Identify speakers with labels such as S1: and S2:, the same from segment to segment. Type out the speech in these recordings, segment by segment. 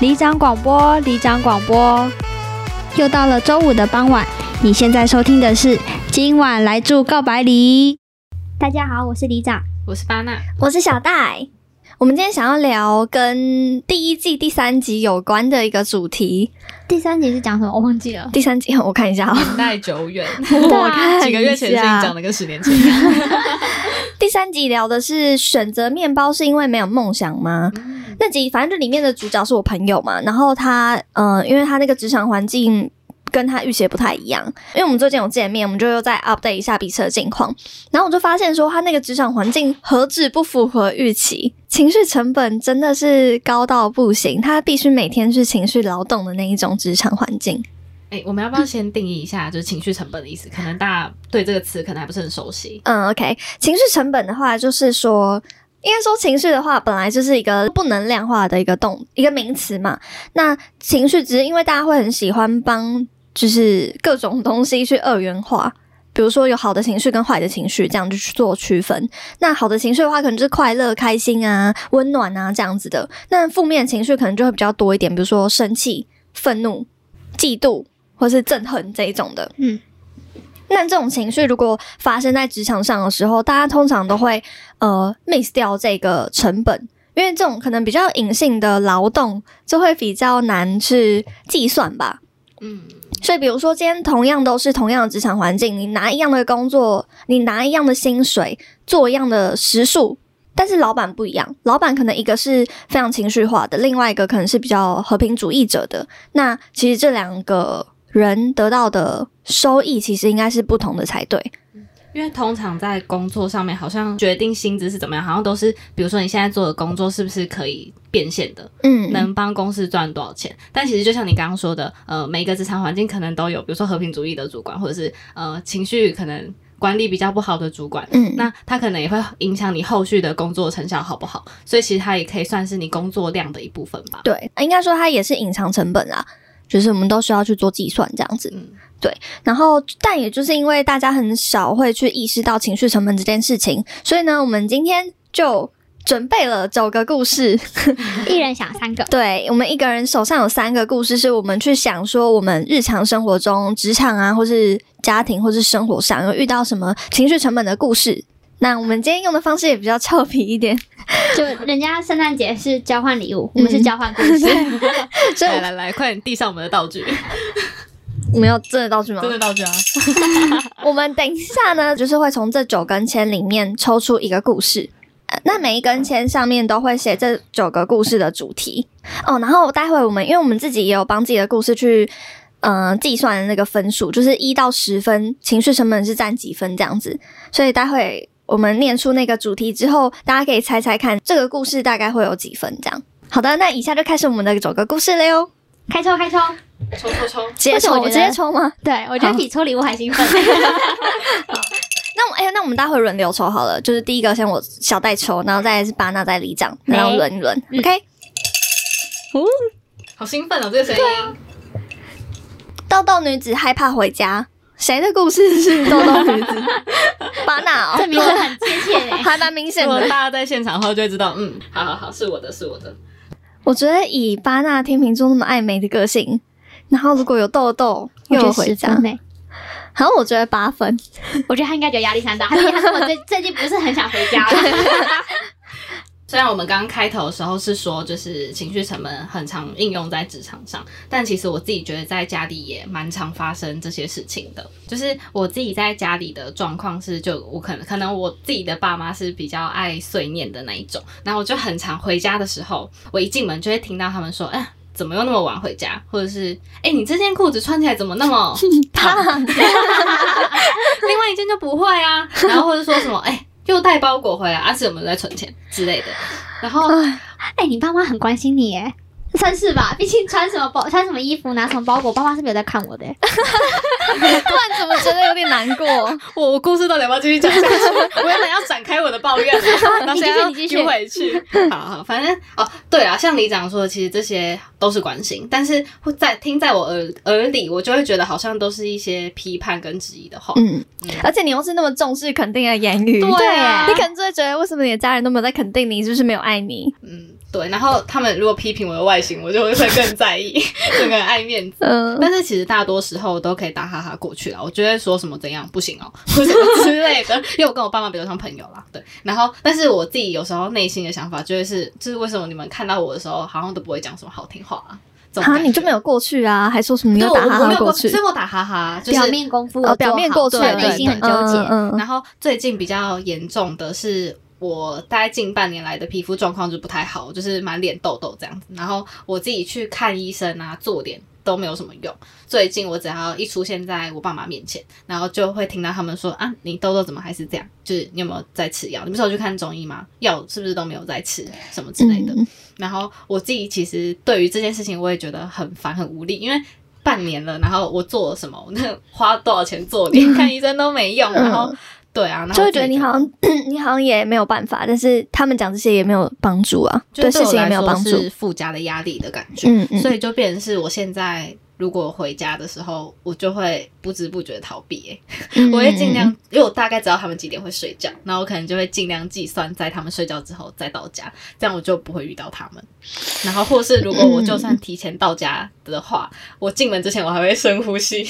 S1: 里长广播，里长广播。又到了周五的傍晚，你现在收听的是《今晚来住告白里》。大家好，我是里长。
S2: 我是巴娜，
S3: 我是小戴。我们今天想要聊跟第一季第三集有关的一个主题。
S1: 第三集是讲什么？我忘记了。
S3: 第三集 我看一下哦，
S2: 年代久 远，
S3: 我看一下
S2: 几个月前的事情讲的跟十年前一样。
S3: 第三集聊的是选择面包是因为没有梦想吗？那集反正这里面的主角是我朋友嘛，然后他呃，因为他那个职场环境跟他预期的不太一样，因为我们最近有见面，我们就又再 update 一下彼此的近况，然后我就发现说他那个职场环境何止不符合预期，情绪成本真的是高到不行，他必须每天去情绪劳动的那一种职场环境。
S2: 哎、我们要不要先定义一下，就是情绪成本的意思？可能大家对这个词可能还不是很熟悉。
S3: 嗯，OK，情绪成本的话，就是说，应该说情绪的话，本来就是一个不能量化的一个动一个名词嘛。那情绪只是因为大家会很喜欢帮，就是各种东西去二元化。比如说有好的情绪跟坏的情绪，这样就去做区分。那好的情绪的话，可能就是快乐、开心啊、温暖啊这样子的。那负面情绪可能就会比较多一点，比如说生气、愤怒、嫉妒或是憎恨这一种的。
S1: 嗯，
S3: 那这种情绪如果发生在职场上的时候，大家通常都会呃 miss 掉这个成本，因为这种可能比较隐性的劳动就会比较难去计算吧。
S2: 嗯，
S3: 所以，比如说今天同样都是同样的职场环境，你拿一样的工作，你拿一样的薪水，做一样的时数，但是老板不一样，老板可能一个是非常情绪化的，另外一个可能是比较和平主义者的。那其实这两个人得到的收益其实应该是不同的才对。
S2: 因为通常在工作上面，好像决定薪资是怎么样，好像都是比如说你现在做的工作是不是可以变现的，
S3: 嗯，
S2: 能帮公司赚多少钱。但其实就像你刚刚说的，呃，每一个职场环境可能都有，比如说和平主义的主管，或者是呃情绪可能管理比较不好的主管，
S3: 嗯，
S2: 那它可能也会影响你后续的工作成效好不好，所以其实它也可以算是你工作量的一部分吧。
S3: 对，应该说它也是隐藏成本啊，就是我们都需要去做计算这样子。
S2: 嗯
S3: 对，然后但也就是因为大家很少会去意识到情绪成本这件事情，所以呢，我们今天就准备了九个故事。
S1: 一人想三个。
S3: 对我们一个人手上有三个故事，是我们去想说我们日常生活中、职场啊，或是家庭，或是生活上有遇到什么情绪成本的故事。那我们今天用的方式也比较俏皮一点，
S1: 就人家圣诞节是交换礼物，我们
S3: 嗯
S1: 是交换故 事。
S3: 所以
S2: 来来来，快点递上我们的道具，
S3: 我们要真的道具吗？
S2: 真的道具啊！
S3: 我们等一下呢，就是会从这九根签里面抽出一个故事。呃那每一根签上面都会写这九个故事的主题哦，然后待会我们，因为我们自己也有帮自己的故事去，呃，计算那个分数，就是一到十分，情绪成本是占几分这样子，所以待会我们念出那个主题之后，大家可以猜猜看这个故事大概会有几分这样。好的，那以下就开始我们的九个故事了哟，
S1: 开抽开抽，
S2: 抽抽抽！
S3: 直接
S1: 为什么
S3: 抽，
S1: 我
S3: 直
S1: 觉得
S3: 接抽吗？
S1: 对我觉得比抽礼物还兴奋。
S3: 那我哎、那我们待会轮流抽好了，就是第一个先我小戴抽，然后再来是巴娜再里长，
S1: 没
S3: 然后轮一轮、
S1: 嗯
S3: o k
S2: 好兴奋哦，这个声音。
S3: 豆豆女子害怕回家，谁的故事是豆豆女子？巴娜
S1: 这
S3: 哦，
S1: 名字很贴切哎、
S3: 还蛮明显
S2: 如果
S3: 的
S2: 大。家在现场的话，就会知道，嗯，好好好，是我的，是我的。
S3: 我觉得以巴娜天秤座那么爱美的个性，然后如果有豆豆
S1: 我觉
S3: 又
S1: 得
S3: 有
S1: 十
S3: 回家
S1: 分，哎、
S3: 好，我觉得八分。
S1: 我觉得他应该觉得压力山大。他说：“他说我最 最近不是很想回家 了。
S2: 虽然我们刚刚开头的时候是说，就是情绪成本很常应用在职场上，但其实我自己觉得在家里也蛮常发生这些事情的。就是我自己在家里的状况是，就我可能可能我自己的爸妈是比较爱碎念的那一种，然后我就很常回家的时候，我一进门就会听到他们说，哎、怎么又那么晚回家？或者是，哎、你这件裤子穿起来怎么那么
S3: 胖，
S2: 另外一件就不会啊，然后或者说什么，哎、又带包裹回来，而、啊、且我们在存钱之类的。然后
S1: 哎、你爸妈很关心你哎，算是吧。毕竟穿什么包、穿什么衣服、拿什么包裹，爸妈是没有在看我的欸。
S3: 突然怎么觉得有点难 过？
S2: 我我故事到底要不要继续 讲下去？我原本要展开我的抱怨，然后
S1: 你继续
S2: 现在要
S1: 你继续
S2: 丢回去。好好，反正哦，对啊，像李长说的，其实这些都是关心，但是会在听在我耳耳里，我就会觉得好像都是一些批判跟质疑的话。
S3: 嗯
S2: 嗯，
S3: 而且你又是那么重视肯定的言语，
S2: 对啊
S3: 你可能就会觉得为什么你的家人都没有在肯定你，是不是没有爱你？
S2: 嗯，对，然后他们如果批评我的外形，我就会更在意， 整个人爱面子。
S3: 嗯，
S2: 但是其实大多时候都可以打哈哈过去了，我就会说什么怎样不行哦， 或什么之类的，因为我跟我爸妈比较像朋友啦，对。然后，但是我自己有时候内心的想法就会是，就是为什么你们看到我的时候，好像都不会讲什么好听话啊？这种
S3: 啊，
S2: 感
S3: 你
S2: 觉
S3: 就没有过去啊？还说什么你
S2: 对
S3: 要
S2: 我
S3: 打哈
S2: 我没
S3: 哈
S2: 有
S3: 过
S2: 过
S3: 去？
S2: 所以我打哈哈，就是
S1: 表面功夫我
S3: 哦，
S1: 做
S3: 表面
S1: 好
S3: 过去
S1: 所以
S3: 了，
S2: 对
S1: 内心很纠
S3: 对
S1: 结。
S3: 嗯嗯
S2: 然后最近比较严重的是，我大概近半年来的皮肤状况就不太好，就是满脸痘痘这样子。然后我自己去看医生啊，做脸都没有什么用。最近我只要一出现在我爸妈面前，然后就会听到他们说啊，你痘痘怎么还是这样？就是你有没有在吃药？你不是有去看中医吗？药是不是都没有在吃什么之类的？
S3: 嗯
S2: 然后我自己其实对于这件事情，我也觉得很烦很无力，因为半年了，然后我做了什么，我那花多少钱做脸，看医生都没用，然后对啊，然后
S3: 嗯就会
S2: 自
S3: 觉
S2: 己
S3: 得你好像你好像也没有办法，但是他们讲这些也没有帮助啊，
S2: 就是
S3: 事
S2: 对我
S3: 情也
S2: 来
S3: 没有
S2: 说
S3: 帮助。
S2: 是附加的压力的感觉，
S3: 嗯嗯，
S2: 所以就变成是我现在。如果回家的时候，我就会不知不觉逃避、欸
S3: 嗯
S2: 我会尽量，因为我大概知道他们几点会睡觉，然后我可能就会尽量计算在他们睡觉之后再到家，这样我就不会遇到他们。然后，或是如果我就
S3: 嗯
S2: 算提前到家的话，我进门之前我还会深呼 吸，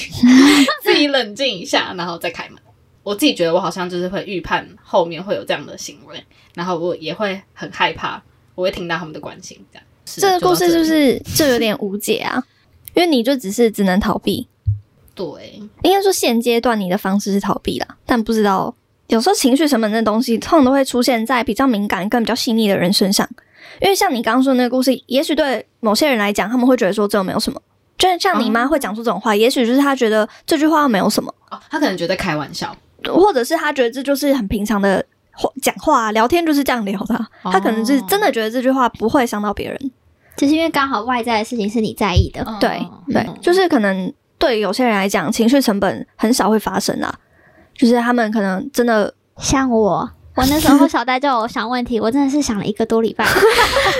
S2: 自己冷静一下，然后再开门。我自己觉得我好像就是会预判后面会有这样的行为，然后我也会很害怕，我会听到他们的关心这样。是
S3: 嗯这
S2: 就
S3: 个
S2: 到
S3: 故事是不
S2: 里
S3: 是就有点无解啊？因为你就只是只能逃避，
S2: 对？
S3: 应该说现阶段你的方式是逃避啦，但不知道有时候情绪成本这东西，通常都会出现在比较敏感、跟比较细腻的人身上。因为像你刚刚说的那个故事，也许对某些人来讲，他们会觉得说这没有什么，就是像你妈会讲出这种话，也许就是她觉得这句话没有什么，
S2: 哦，他可能觉得开玩笑，
S3: 或者是她觉得这就是很平常的话讲话、聊天就是这样聊的啊，她可能是真的觉得这句话不会伤到别人。
S1: 只是因为刚好外在的事情是你在意的，
S3: 对
S2: 嗯
S3: 对，就是可能对有些人来讲，情绪成本很少会发生啦，就是他们可能真的
S1: 像我。我那时候小戴叫我想问题，我真的是想了一个多礼拜。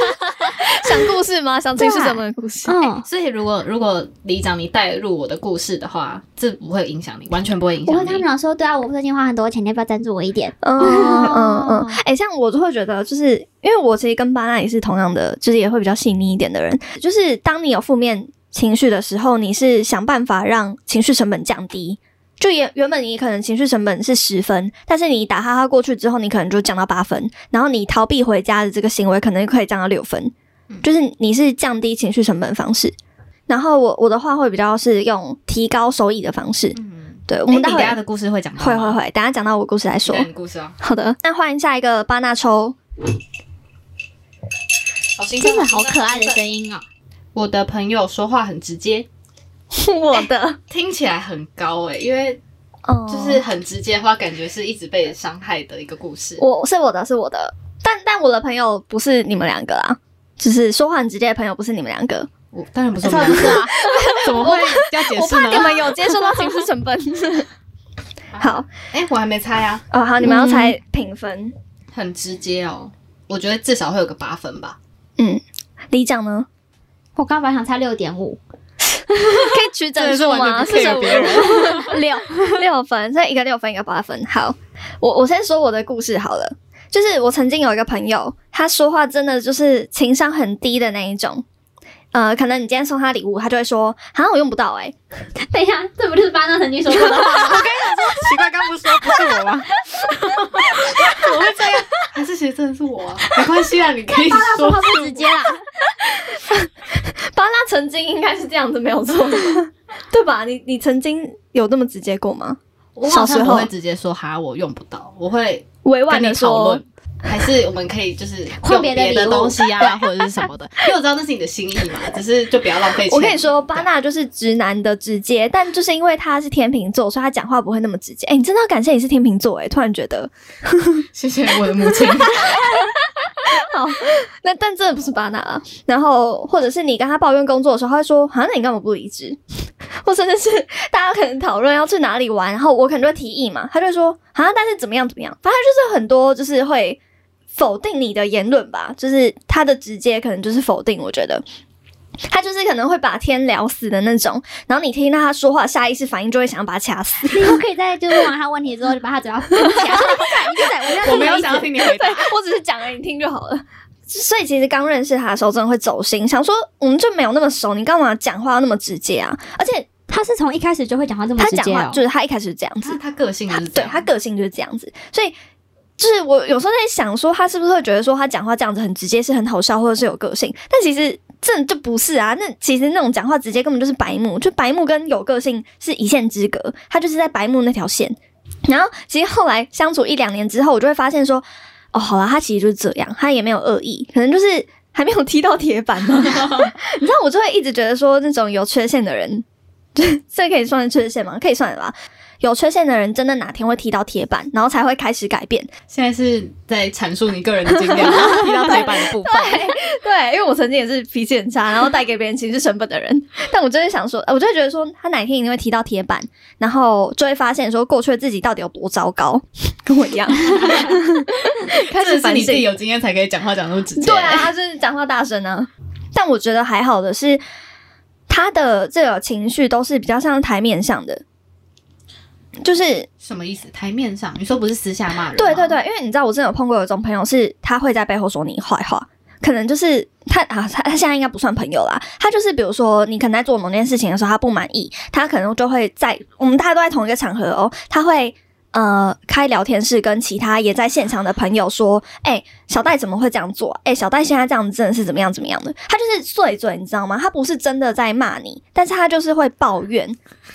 S3: 想故事吗？想
S1: 情绪成
S3: 本的故事
S1: 嗯，
S2: 所以，如果如果里长你带入我的故事的话，这不会影响你，完全不会影
S1: 我
S2: 响
S1: 会跟他们
S2: 你。
S1: 讲说，对啊，我最近花很多钱，你要不要赞助我一点？
S3: 嗯嗯嗯
S1: 哦，
S3: 哎、像我就会觉得，就是因为我其实跟巴娜也是同样的，就是也会比较细腻一点的人。就是当你有负面情绪的时候，你是想办法让情绪成本降低。就原原本你可能情绪成本是十分，但是你打哈哈过去之后，你可能就降到八分，然后你逃避回家的这个行为可能可以降到六分，就是你是降低情绪成本的方式。然后我我的话会比较是用提高收益的方式，
S2: 嗯，
S3: 对我
S2: 我们
S3: 们
S2: 大
S3: 待
S2: 家
S3: 会
S2: 的故事会讲到
S3: 会会
S2: 吗，
S3: 会，等一下讲到我故事来说
S2: 期。待你故事哦，
S3: 好的，那换下一个巴纳抽，
S2: 好兴 奋
S1: 真的好可爱的。
S2: 兴奋
S1: 声音哦！
S2: 我的朋友说话很直接，
S3: 我的，
S2: 听起来很高诶、因为
S3: 哦
S2: 就是很直接的话，感觉是一直被伤害的一个故事。
S3: 我是我的，是我的，但但我的朋友不是你们两个啦，就是说话很直接的朋友不是你们两个，
S2: 我当然不是我
S1: 错
S2: 们
S1: 不
S2: 两
S1: 是
S2: 个，
S1: 啊，
S2: 怎么会要解
S3: 我
S2: 释
S3: 怕你
S2: 呢？
S3: 们有接受到情绪成本。 好，
S2: 哎，我还没猜啊，
S3: 哦，好，你们要猜评分，
S2: 很直接哦，我觉得至少会有个八分吧。
S3: 嗯，李长呢？
S1: 我刚本来想猜六点五，
S3: 可以取整数吗？四
S2: 真的是
S3: 舍
S2: 完全
S3: 五
S2: 不 care
S3: 入 六六分，所以一个六分，一个八分。好，我我先说我的故事好了，就是我曾经有一个朋友，他说话真的就是情商很低的那一种。呃，可能你今天送他礼物，他就会说：“好像我用不到哎、欸
S1: 等一下，这不就是巴纳曾经说过的话吗？
S2: 奇怪，刚不是说不是我吗？怎么会这样？还是其实真的是我啊？没关系啊，你可以说
S1: 话不直接 啦，
S3: 巴拉曾经应该是这样子，没有错， 对吧？你你曾经有那么直接过吗？
S2: 我好像不会直接说哈，我用不到，我会
S3: 委婉
S2: 跟
S3: 的
S2: 你讨
S3: 说
S2: 论，，还是我们可以就是
S1: 换
S2: 用
S1: 别
S2: 别
S1: 的礼物
S2: 的东西啊，或者是什么 的，因为我知道那是你的心意嘛，只是就不要浪费钱。
S3: 我跟你，说，巴纳就是直男的直接，但就是因为他是天秤座，所以他讲话不会那么直接。哎、你真的要感谢你是天秤座哎、突然觉得，
S2: 谢谢我的母 亲。
S3: 那但真的不是巴纳啊。然后或者是你跟他抱怨工作的时候，他会说：“啊，那你干嘛不离职？” 或甚至是大家可能讨论要去哪里玩，然后我可能就会提议嘛，他就会说：“啊，但是怎么样怎么样。”反正就是很多就是会否定你的言论吧，就是他的直接可能就是否定，我觉得。他就是可能会把天聊死的那种，然后你听到他说话，下意识反应就会想要把他 掐死。
S1: 你又可以在就是问完他问题之 后，就把他嘴巴封起来，说你不敢，你不敢，我要
S2: 我没有想要听你回
S3: 对
S2: 答，
S3: 我只是讲给你听就好了。所以其实刚认识他的时候，真的会走心，想说我们就没有那么熟，你干嘛讲话要那么直接啊？而且
S1: 他是从一开始就会讲话这么
S3: 他
S1: 直
S3: 讲
S1: 接
S3: 话
S1: 哦，
S3: 就是他一开始是这样
S2: 他
S3: 子，
S2: 他个性就
S3: 他
S2: 是这
S3: 对
S2: 样
S3: 他个性就是这样子，所以。就是我有时候在想，说他是不是会觉得说他讲话这样子很直接是很好笑，或者是有个性？但其实这就不是啊。那其实那种讲话直接根本就是白目，就白目跟有个性是一线之隔，他就是在白目那条线。然后其实后来相处一两年之后，我就会发现说，哦，好啦，他其实就是这样，他也没有恶意，可能就是还没有踢到铁板 嘛。你知道，我就会一直觉得说，那种有缺陷的人， 这可以算是缺陷吗？可以算了吧。有缺陷的人真的哪天会踢到铁板，然后才会开始改变。
S2: 现在是在阐述你个人的 经验，提到铁板的部分。
S3: 对，因为我曾经也是脾气很差，然后带给别人情绪成本的人。 但我真的想说，呃我就会觉得说，他哪天一定会踢到铁板，然后就会发现说，过去的自己到底有多糟糕， 跟我一样，开
S2: 这
S3: 始
S2: 是
S3: 反
S2: 你自己
S3: 省。
S2: 有经验才可以讲话讲那么直接。
S3: 对啊，，他就是讲话大声啊。 但我觉得还好的是，他的这个情绪都是比较像台面上的，就是
S2: 什么意思？台面上你说不是私下骂人？
S3: 对对，对，因为你知道，我真的有碰过有一种朋友，是他会在背后说你坏话，可能就是他啊，他他现在应该不算朋友啦，他就是比如说你可能在做某件事情的时候，他不满意，他可能就会在我们大家都在同一个场合哦，他会。呃，开聊天室跟其他也在现场的朋友说，哎、小戴怎么会这样做、哎、小戴现在这样子真的是怎么样怎么样的？他就是碎嘴，你知道吗？他不是真的在骂你，但是他就是会抱怨，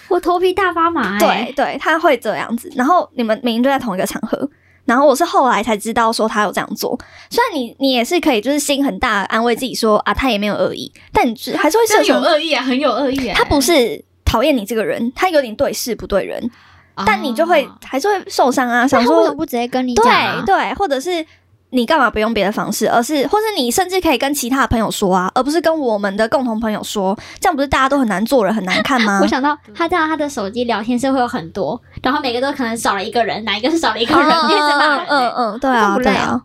S1: 我头皮大发麻、欸。
S3: 对，对，他会这样子。然后你们明明就在同一个场合，然后我是后来才知道说他有这样做。虽然你你也是可以就是心很大安慰自己说啊，他也没有恶意，但你是还是会
S2: 这
S3: 设
S2: 有
S3: 想
S2: 恶意啊，很有恶意、欸。
S3: 他不是讨厌你这个人，他有点对事不对人，
S2: 啊，
S3: 但你就会还是会受伤
S1: 哦
S3: 啊，
S1: 那
S3: 想
S1: 他为什
S3: 说
S1: 么不直接跟你讲、啊
S3: 对？对，或者是。你干嘛不用别的方式，而是或者你甚至可以跟其他的朋友说啊，而不是跟我们的共同朋友说，这样不是大家都很难做人，很难看吗？
S1: 我想到他在他的手机聊天室会有很多，然后每个都可能少了一个人，哪一个是少了一个 人，因为在骂人、
S3: 嗯
S1: 欸。
S3: 嗯嗯，对
S1: 这
S3: 啊
S1: 不累
S3: 对啊，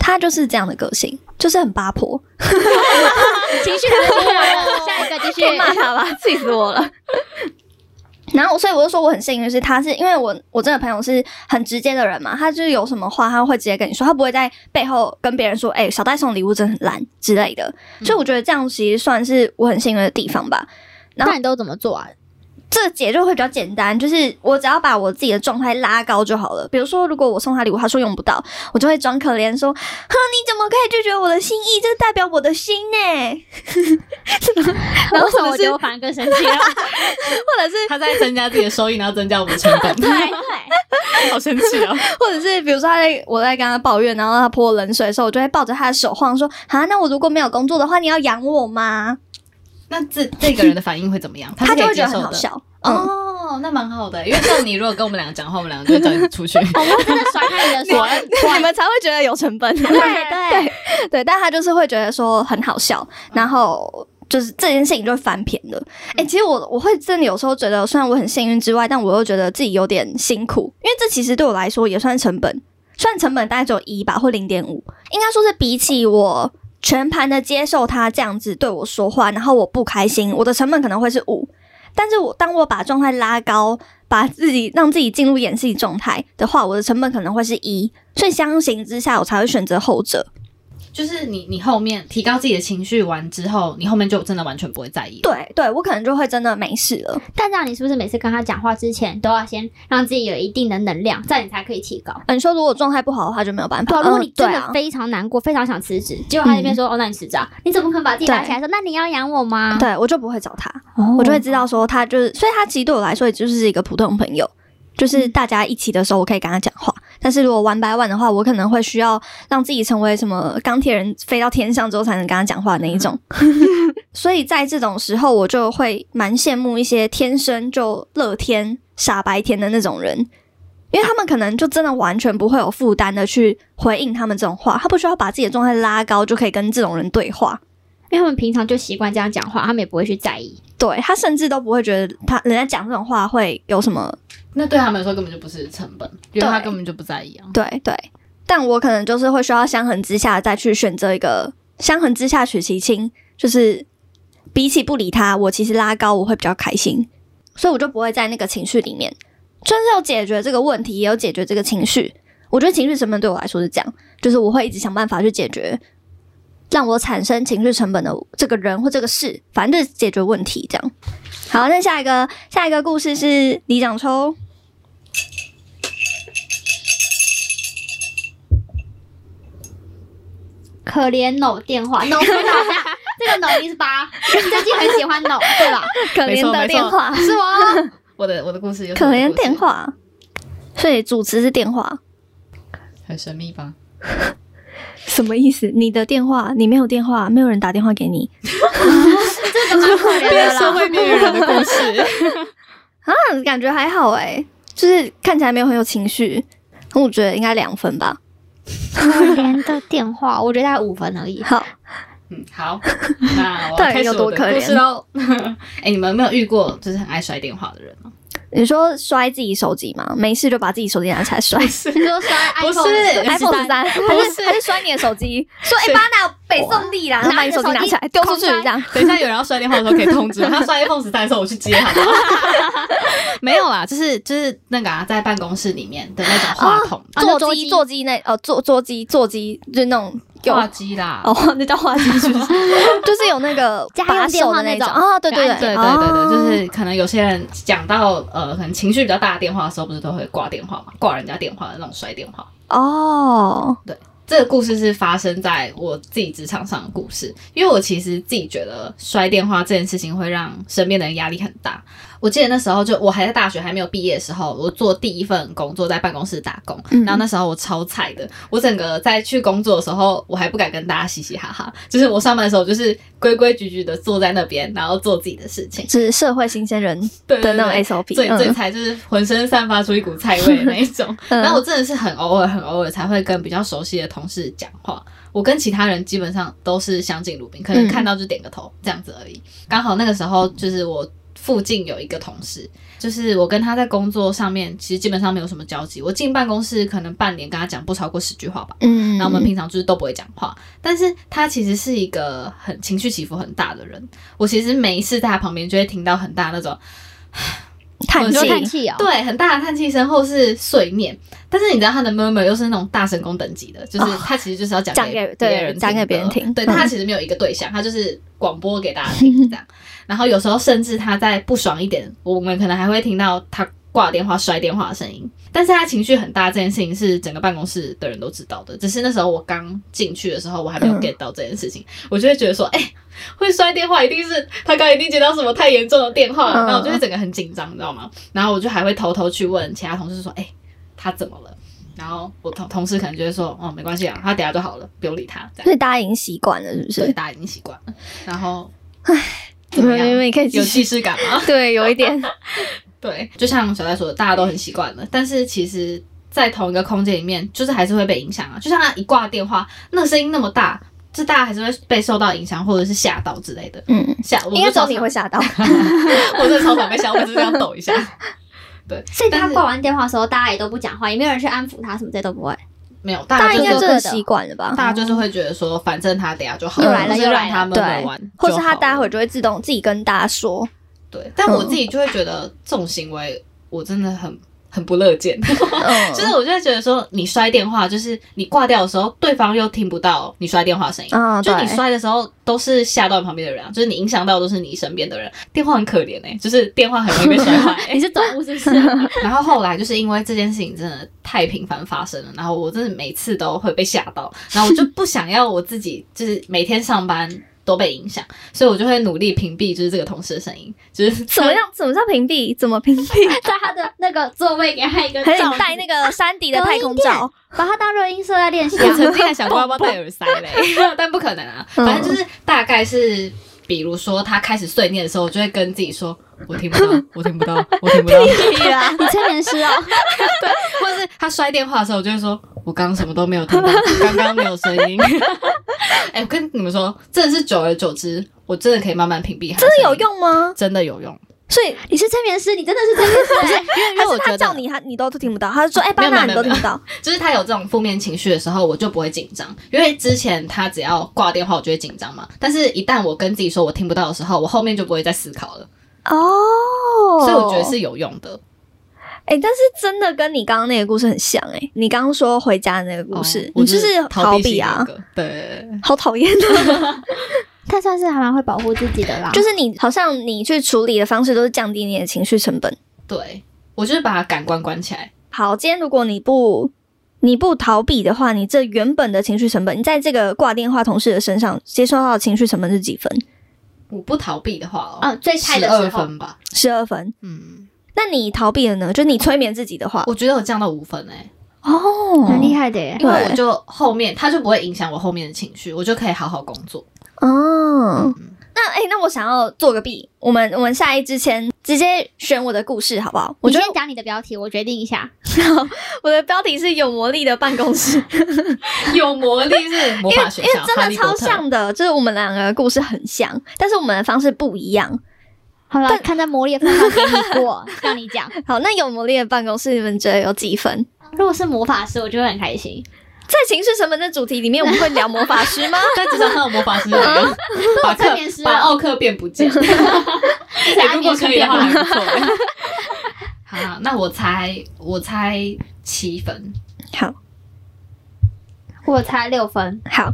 S3: 他就是这样的个性，就是很八婆，
S1: 情绪来了，情绪来了，下一个继续。
S3: 他吧，气死我了。然后，所以我就说我很幸运，是他是因为我我真的朋友是很直接的人嘛，他就是有什么话他会直接跟你说，他不会在背后跟别人说，哎、小戴送礼物真的很烂之类的。
S1: 嗯
S3: 所以我觉得这样其实算是我很幸运的地方吧。
S1: 那你都怎么做啊？
S3: 这解就会比较简单，就是我只要把我自己的状态拉高就好了。比如说，如果我送他礼物，他说用不到，我就会装可怜说：“哼，你怎么可以拒绝我的心意？这代表我的心欸呢。然后
S1: 为什么我
S3: 或者
S1: 觉
S3: 是
S1: 得我反而更生气了？
S3: 或者是，
S2: 他在增加自己的收益，然后增加我们的成 本，
S1: 对对，
S2: 好生气哦！
S3: 或者是，比如说他在我在跟他抱怨，然后他泼我冷水的时候，我就会抱着他的手晃说：“啊，那我如果没有工作的话，你要养我吗
S2: 那这这个人的反应会怎么样？？”
S3: 他
S2: 是可
S3: 就
S2: 以
S3: 会觉
S2: 接
S3: 得很
S2: 受
S3: 好
S2: 的。
S3: 笑。嗯，
S2: 哦，那蛮好的，因为像你如果跟我们两个讲话，我们两个就会叫你出 去。
S3: 哦
S1: 我们会真的甩开你的手。
S3: 你们才会觉得有成 本。
S1: 对对嗯
S3: 对对，但他就是会觉得说很好笑，然后就是这件事情就会翻篇了。哎、其实我我会真的有时候觉得，虽然我很幸运之外，但我又觉得自己有点辛苦，因为这其实对我来说也算成本，虽然成本大概只有一吧或零点五，应该说是比起我。全盘的接受他这样子对我说话，然后我不开
S1: 嗯
S3: 心，我的成本可能会是五，但是我当我把状态拉高，把自己让自己进入演戏状态的话，我的成本可能会是一，所以相形之下，我才会选择后者。
S2: 就是你，你后面提高自己的情绪完之后，你后面就真的完全不会在意。
S3: 对对，我可能就会真的没事了。
S1: 但这样你是不是每次跟他讲话之前都要先让自己有一定的能量，这样你才可以提高？
S3: 啊你说如果状态不好的话就没有办
S1: 对
S3: 法。
S1: 啊，如果你
S3: 嗯对
S1: 真
S3: 啊
S1: 的，非常难过，非常想辞职，结果他那边说、哦，那你辞职啊？你怎么可能把自己拉起来说那你要养我吗？
S3: 对我就不会找他，
S1: 哦
S3: 我就会知道说他就是，所以他其实对我来说也就是一个普通朋友。就是大家一起的时候，我可以跟他讲话。但是如果 one by one 的话，我可能会需要让自己成为什么钢铁人飞到天上之后才能跟他讲话的那一种。所以在这种时候，我就会蛮羡慕一些天生就乐天傻白甜的那种人，因为他们可能就真的完全不会有负担的去回应他们这种话，他不需要把自己的状态拉高就可以跟这种人对话。
S1: 因为他们平常就习惯这样讲话，他们也不会去在意。
S3: 对他甚至都不会觉得他人家讲这种话会有什么
S2: 那对他们来说根本就不是成本，因为
S3: 对
S2: 他根本就不在意啊。
S3: 对对，但我可能就是会需要相衡之下再去选择一个相衡之下取其轻，就是比起不理他，我其实拉高我会比较开心，所以我就不会在那个情绪里面。虽然是有解决这个问题，也有解决这个情绪，我觉得情绪成本对我来说是这样，就是我会一直想办法去解决。让我产生情绪成本的这个人或这个事，反正就是解决问题这样。好，那下一个下一个故事是李长抽。
S1: 可怜某电话，某电话，这个某一定是八，最近很喜欢某，对吧？
S3: 可
S2: 没
S3: 怜
S2: 错
S3: 的
S2: 没错
S3: 电话，
S2: 是吗？我的我的故事就是
S3: 可
S2: 我的
S3: 怜
S2: 故事
S3: 电，话，所以主词是电话，
S2: 很神秘吧？
S3: 什么意思？你的电话，你没有电话，没有人打电话给你
S1: 这个蛮可怜的
S2: 社
S1: 啦。
S2: 会边缘人的故事，
S3: 啊？感觉还好哎、就是看起来没有很有情绪，我觉得应该两分吧。
S1: 可怜的电话，我觉得大概五分而已。
S3: 好，
S2: 嗯， 好，那我
S3: 到底
S2: 开始
S3: 有多
S2: 我的
S3: 可
S2: 故
S3: 怜
S2: 事喽。 哎，你们有没有遇过就是很爱摔电话的人吗？
S3: 你说摔自己手机吗？没事就把自己手机拿起来摔。
S1: 你说摔
S2: 不是
S1: iPhone 的时候
S3: iPhone 十三，还是还是摔你的手机，说哎巴拿北送力啦，然后把你手机拿起来丢出去这样。啊
S2: 等一下有人要摔电话的时候可以通 知我，他摔 iPhone 十三的时候我去接，好不好？ 没有啦，就是就是那个啊，在办公室里面的那种话
S3: 哦
S2: 筒、
S1: 啊那
S3: 座
S1: 桌
S3: 机哦
S1: 机
S3: 座机那呃座座机座机就是那种有
S2: 话机啦。
S3: 哦，那叫话机是不是？ 就是有那个
S1: 家用
S3: 把手的
S1: 电话那种
S3: 种啊，对对对
S2: 对对对对，就是可能有些人讲到呃，可能情绪比较大的电话的时候，不是都会挂电话嘛，挂人家电话的那种摔电话。
S3: 哦，
S2: 这个故事是发生在我自己职场上的故事，因为我其实自己觉得摔电话这件事情会让身边的人压力很大。我记得那时候就我还在大学还没有毕业的时候，我做第一份工作在办公室打工，
S3: 嗯
S2: 然后那时候我超菜的，我整个在去工作的时候，我还不敢跟大家嘻嘻哈哈，就是我上班的时候就是规规矩矩的坐在那边，然后做自己的事情。
S3: 是社会新鲜人
S2: 对
S3: 的
S2: 对
S3: 那种
S2: 对
S3: SOP，
S2: 最最
S3: 嗯
S2: 菜就是浑身散发出一股菜味的那一种。
S3: 嗯
S2: 然后我真的是很偶尔、很偶尔才会跟比较熟悉的同事讲话。我跟其他人基本上都是相敬如宾，可能看到就点个头、这样子而已。刚好那个时候就是我附近有一个同事，就是我跟他在工作上面其实基本上没有什么交集。我进办公室可能半年跟他讲不超过十句话吧。
S3: 嗯，
S2: 然后我们平常就是都不会讲话，但是他其实是一个很情绪起伏很大的人。我其实每一次在他旁边就会听到很大那种
S3: 叹
S1: 你
S3: 气
S1: 说，叹气哦，
S2: 对，很大的叹气声或是碎念。但是你知道他的 murmur 又是那种大神功等级的，就是
S3: 哦
S2: 他其实就是要讲
S3: 讲
S2: 给
S3: 给对
S2: 别人
S3: 讲给
S2: 的
S3: 别人听
S2: 对
S3: 嗯
S2: 他其实没有一个对象，他就是广播给大家听这样。然后有时候甚至他在不爽一点，我们可能还会听到他挂电话、摔电话的声音。但是他情绪很大这件事情是整个办公室的人都知道的，只是那时候我刚进去的时候我还没有
S3: 嗯
S2: get 到这件事情，我就会觉得说，哎、会摔电话一定是他刚刚一定接到什么太严重的电话了，
S3: 嗯
S2: 然后我就会整个很紧张，你知道吗？然后我就还会偷偷去问其他同事说，哎、他怎么了？然后我同同事可能就会说，哦，没关系啊，他等下就好了，不用理他，这
S3: 所
S2: 样
S3: 以大家已经习惯了，是不
S2: 对
S3: 是？
S2: 大家已经习惯了。然后，怎么样
S3: 没有没有你可以继
S2: 有
S3: 续
S2: 既视感吗？
S3: 对，有一点，
S2: 对，就像小戴说的，大家都很习惯了，但是其实，在同一个空间里面，就是还是会被影响啊。就像他一挂电话，那个声音那么大，这大家还是会被受到影响，或者是吓到之类的。
S3: 嗯，
S2: 吓，我
S3: 应该
S2: 就
S3: 只有
S2: 常
S3: 你会，吓到，
S2: 我真的超常被吓，我只是这样抖一下。对，
S1: 所以他
S2: 但是
S1: 挂完电话的时候，大家也都不讲话，也没有人去安抚他，什么这都不会。
S2: 没有，大
S3: 大
S2: 家就
S3: 家应该
S2: 是
S3: 真的习惯了吧？
S2: 大家就是会觉得说，反正他等下就好
S1: 又来了
S2: 就是
S1: 又来
S2: 让他
S1: 了
S2: 们
S3: 对
S2: 玩就好
S3: 或
S2: 了，
S3: 是他待会就会嗯自动自己跟大家说，
S2: 对，但我自己就会觉得这种行为，我真的很很不乐见。
S3: 嗯，
S2: 就是我就会觉得说，你摔电话，就是你挂掉的时候，对方又听不到你摔电话的声音。
S3: 啊，
S2: 就你
S3: 对，
S2: 摔的时候，都是吓到你旁边的人啊，就是你影响到都是你身边的人。电话很可怜哎、就是电话很容易被摔坏、
S1: 你是总务是不是？
S2: 然后后来就是因为这件事情真的太频繁发生了，然后我真的每次都会被吓到，然后我就不想要我自己就是每天上班都被影响，所以我就会努力屏蔽就是这个同事的声音，就是
S3: 怎么样？怎么叫屏蔽？怎么屏蔽？
S1: 在他的那个座位给他一个
S3: 还是
S1: 罩
S3: 你
S1: 子
S3: 戴那个山底的太空罩？
S1: 把它当热音社在练习
S2: 我
S1: 啊。
S2: 曾经还想过要不要戴耳塞嘞，但不可能啊。
S3: 嗯
S2: 反正就是大概是，比如说他开始碎念的时候，我就会跟自己说。我听不到，我听不到，我听不到。
S3: 对啊，
S1: 你催眠师哦，
S2: 或者是他摔电话的时候，我就会说：“我刚刚什么都没有听到， 刚刚没有声 音。”哎、我跟你们说，真的是久而久之，我真的可以慢慢屏蔽。
S3: 真 的有，用吗？
S2: 真的有用。
S3: 所以
S1: 你是催眠师，你真的是催眠师，不是？
S2: 因为我觉
S3: 他叫
S2: 得，嗯
S3: 你，他你都听不到，他就说：“哎，
S2: 没
S3: 巴
S2: 有
S3: 娜，
S2: 没
S3: 你
S2: 有
S3: 都听 不到。
S2: 就是他有这种负面情绪的时候，我就不会紧张，因为之前他只要挂电话，我就会紧张嘛。但是，一旦我跟自己说我听不到的时候，我后面就不会再思考了。”
S3: 哦，
S2: 所以我觉得是有用的。
S3: 哎、但是真的跟你刚刚那个故事很像哎、你刚刚说回家的那个故事，
S2: 哦我
S3: 你就是
S2: 逃
S3: 逃避
S2: 型人
S3: 啊，
S2: 格，对，
S3: 好讨厌啊！
S1: 他算是还蛮会保护自己的啦，
S3: 就是你好像你去处理的方式都是降低你的情绪成本。
S2: 对我就是把感官关起来，
S3: 好，今天如果你不你不逃避的话，你这原本的情绪成本，你在这个挂电话同事的身上接收到的情绪成本是几分？
S2: 我不逃避的话、
S3: 啊
S2: 哦，
S1: 嗯，最菜
S2: 十
S1: 的时
S2: 二
S1: 候，
S2: 分吧，
S3: 十二分。
S2: 嗯，
S3: 那你逃避了呢？就是你催眠自己的话，
S2: 我觉得我降到五分哎、
S3: 哦
S1: 蛮厉害的耶。
S2: 因为
S3: 对
S2: 我就后面它就不会影响我后面的情绪，我就可以好好工作。
S3: 哦。
S2: 嗯
S3: 那哎、那我想要做个弊，我们我们下一之前直接选我的故事好不好？我
S1: 你
S3: 觉得
S1: 先讲你的标题，我决定一下。
S3: 我的标题是有魔力的办 公室，
S2: 有魔力是魔法学
S3: 因为
S2: 校，
S3: 真
S2: 哈
S3: 的
S2: 利
S3: 超
S2: 波特。
S3: 像的，就是我们两个故事很像，但是我们的方式不一样。
S1: 好了，看在魔力的份上给你过，让你讲。
S3: 好，那有魔力的办公室，你们觉得有几分？
S1: 如果是魔法师，我就会很开心。
S3: 在情绪成本的主题里面，我们会聊魔法师吗？
S2: 但至少他有魔法师有用， 把
S1: 催
S2: 克
S1: 眠师
S2: 把
S1: 了
S2: 奥克变不 见。
S1: 安
S2: 欸如果可以的话，
S1: 眠师
S2: 还不 错欸。好，那我猜我猜七分，
S3: 好
S1: 我猜六分，
S3: 好，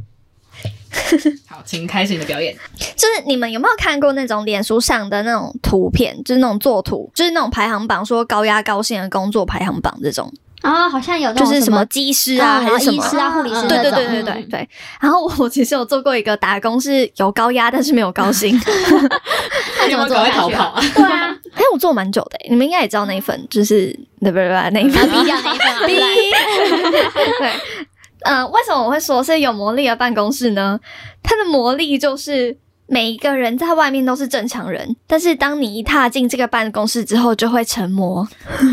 S2: 好，请开始你的表演。
S3: 就是你们有没有看过那种脸书上的那种图片，就是那种作图，就是那种排行榜，说高压高薪的工作排行榜这种，
S1: 啊、好像有那
S3: 就
S1: 种
S3: 是什
S1: 什
S3: 么技师啊，
S1: 啊
S3: 还是什么
S1: 医师啊、护理师
S2: 嗯
S1: 那
S3: 对
S1: 种，
S3: 对对对对
S1: 嗯
S3: 对。然后我其实有做过一个打工，是有高压但是没有高 薪。
S1: 那
S2: 你
S1: 怎
S2: 有
S1: 么
S2: 没有
S1: 做
S2: 赶快
S1: 下
S2: 逃
S1: 去
S2: 跑 啊？
S1: 对 啊，
S3: 哎、我做蛮久的、你们应该也知道那一份，就是对不对？那一份
S1: 然后逼掉那一份啊，对
S3: 对，呃，为什么我会说是有魔力的办公室呢？它的魔力就是每一个人在外面都是正常人，但是当你一踏进这个办公室之后，就会成魔，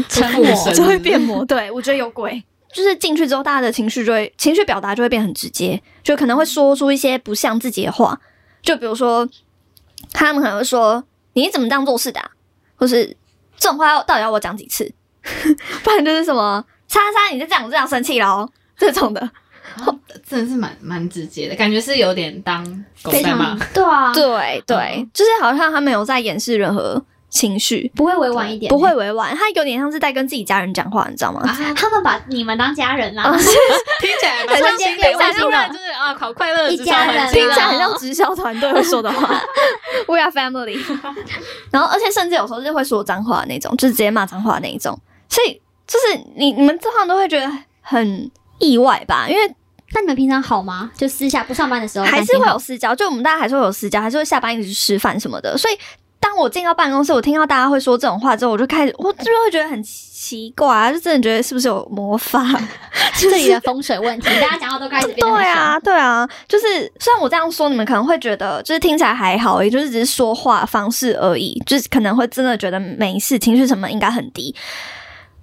S1: 沉
S2: 附身
S1: 默。
S3: 就会变魔。对我觉得有鬼。 就是进去之后，大家的情绪就会情绪表达就会变很直接，就可能会说出一些不像自己的话，就比如说他们可能会说：“你怎么这样做事的、啊？”或是这种话要到底要我讲几次？ 不然就是什么“叉叉，你就这样我就这样生气喽”这种的。
S2: 真的是蛮蛮直接的，感觉是有点当狗
S1: 非
S2: 在
S1: 常
S2: 骂。
S1: 对啊，
S3: 对对，就是好像他没有在掩饰任何情绪，
S1: 不会委婉一点，
S3: 不会。委婉，他有点像是在跟自己家人讲话，你知道吗？
S2: 啊
S1: 他们把你们当家人啦、
S3: 啊
S2: 听起来
S3: 很像
S2: 心
S1: 北
S2: 北
S1: 外
S2: 外
S1: 星人
S2: 就是啊，考快乐
S1: 一
S2: 职
S1: 家
S2: 场
S1: 人
S2: 环
S1: 啊
S2: 境
S3: 听起来
S2: 啊
S3: 很像直销团队会说的 话，We are family。然后，而且甚至有时候是会说脏话的那种，就是直接骂脏话的那一种。所以，就是你你们通常都会觉得很意外吧？因为
S1: 那你们平常好吗？就私下不上班的时候，
S3: 还
S1: 感
S3: 是
S1: 情
S3: 会
S1: 好
S3: 有啊私交，就我们大家还是会有私交，还是会下班一起去吃饭什么的。所以，当我进到办公室，我听到大家会说这种话之后，我就开始，我就会觉得很奇怪、啊，就真的觉得是不是有魔法？
S1: 这里的风水问题，大家讲话都开始变得很
S3: 对
S1: 凶，
S3: 啊，对啊，就是虽然我这样说，你们可能会觉得就是听起来还好，也就是只是说话方式而已，就是可能会真的觉得没事，情绪什么应该很低。